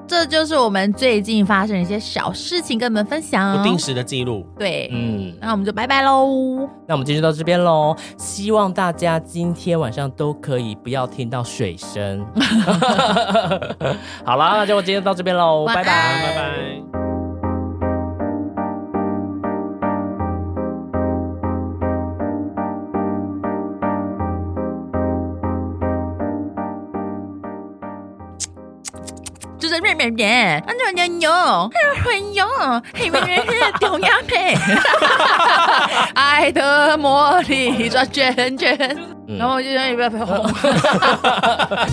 [SPEAKER 1] 这就是我们最近发生的一些小事情，跟你们分享。
[SPEAKER 3] 不定时的记录。
[SPEAKER 1] 对，
[SPEAKER 2] 嗯，
[SPEAKER 1] 那我们就拜拜喽。
[SPEAKER 2] 那我们今天就到这边喽。希望大家今天晚上都可以不要听到水声。 好啦，那就今天到这边喽，
[SPEAKER 1] 晚
[SPEAKER 2] 拜
[SPEAKER 1] 安
[SPEAKER 2] 拜。
[SPEAKER 3] 拜拜。
[SPEAKER 1] 就是面面面，啊牛牛牛，哎呦嘿面面是丢鸭妹，爱的魔力转圈圈，
[SPEAKER 2] 嗯
[SPEAKER 1] 然后我就永远不要不要。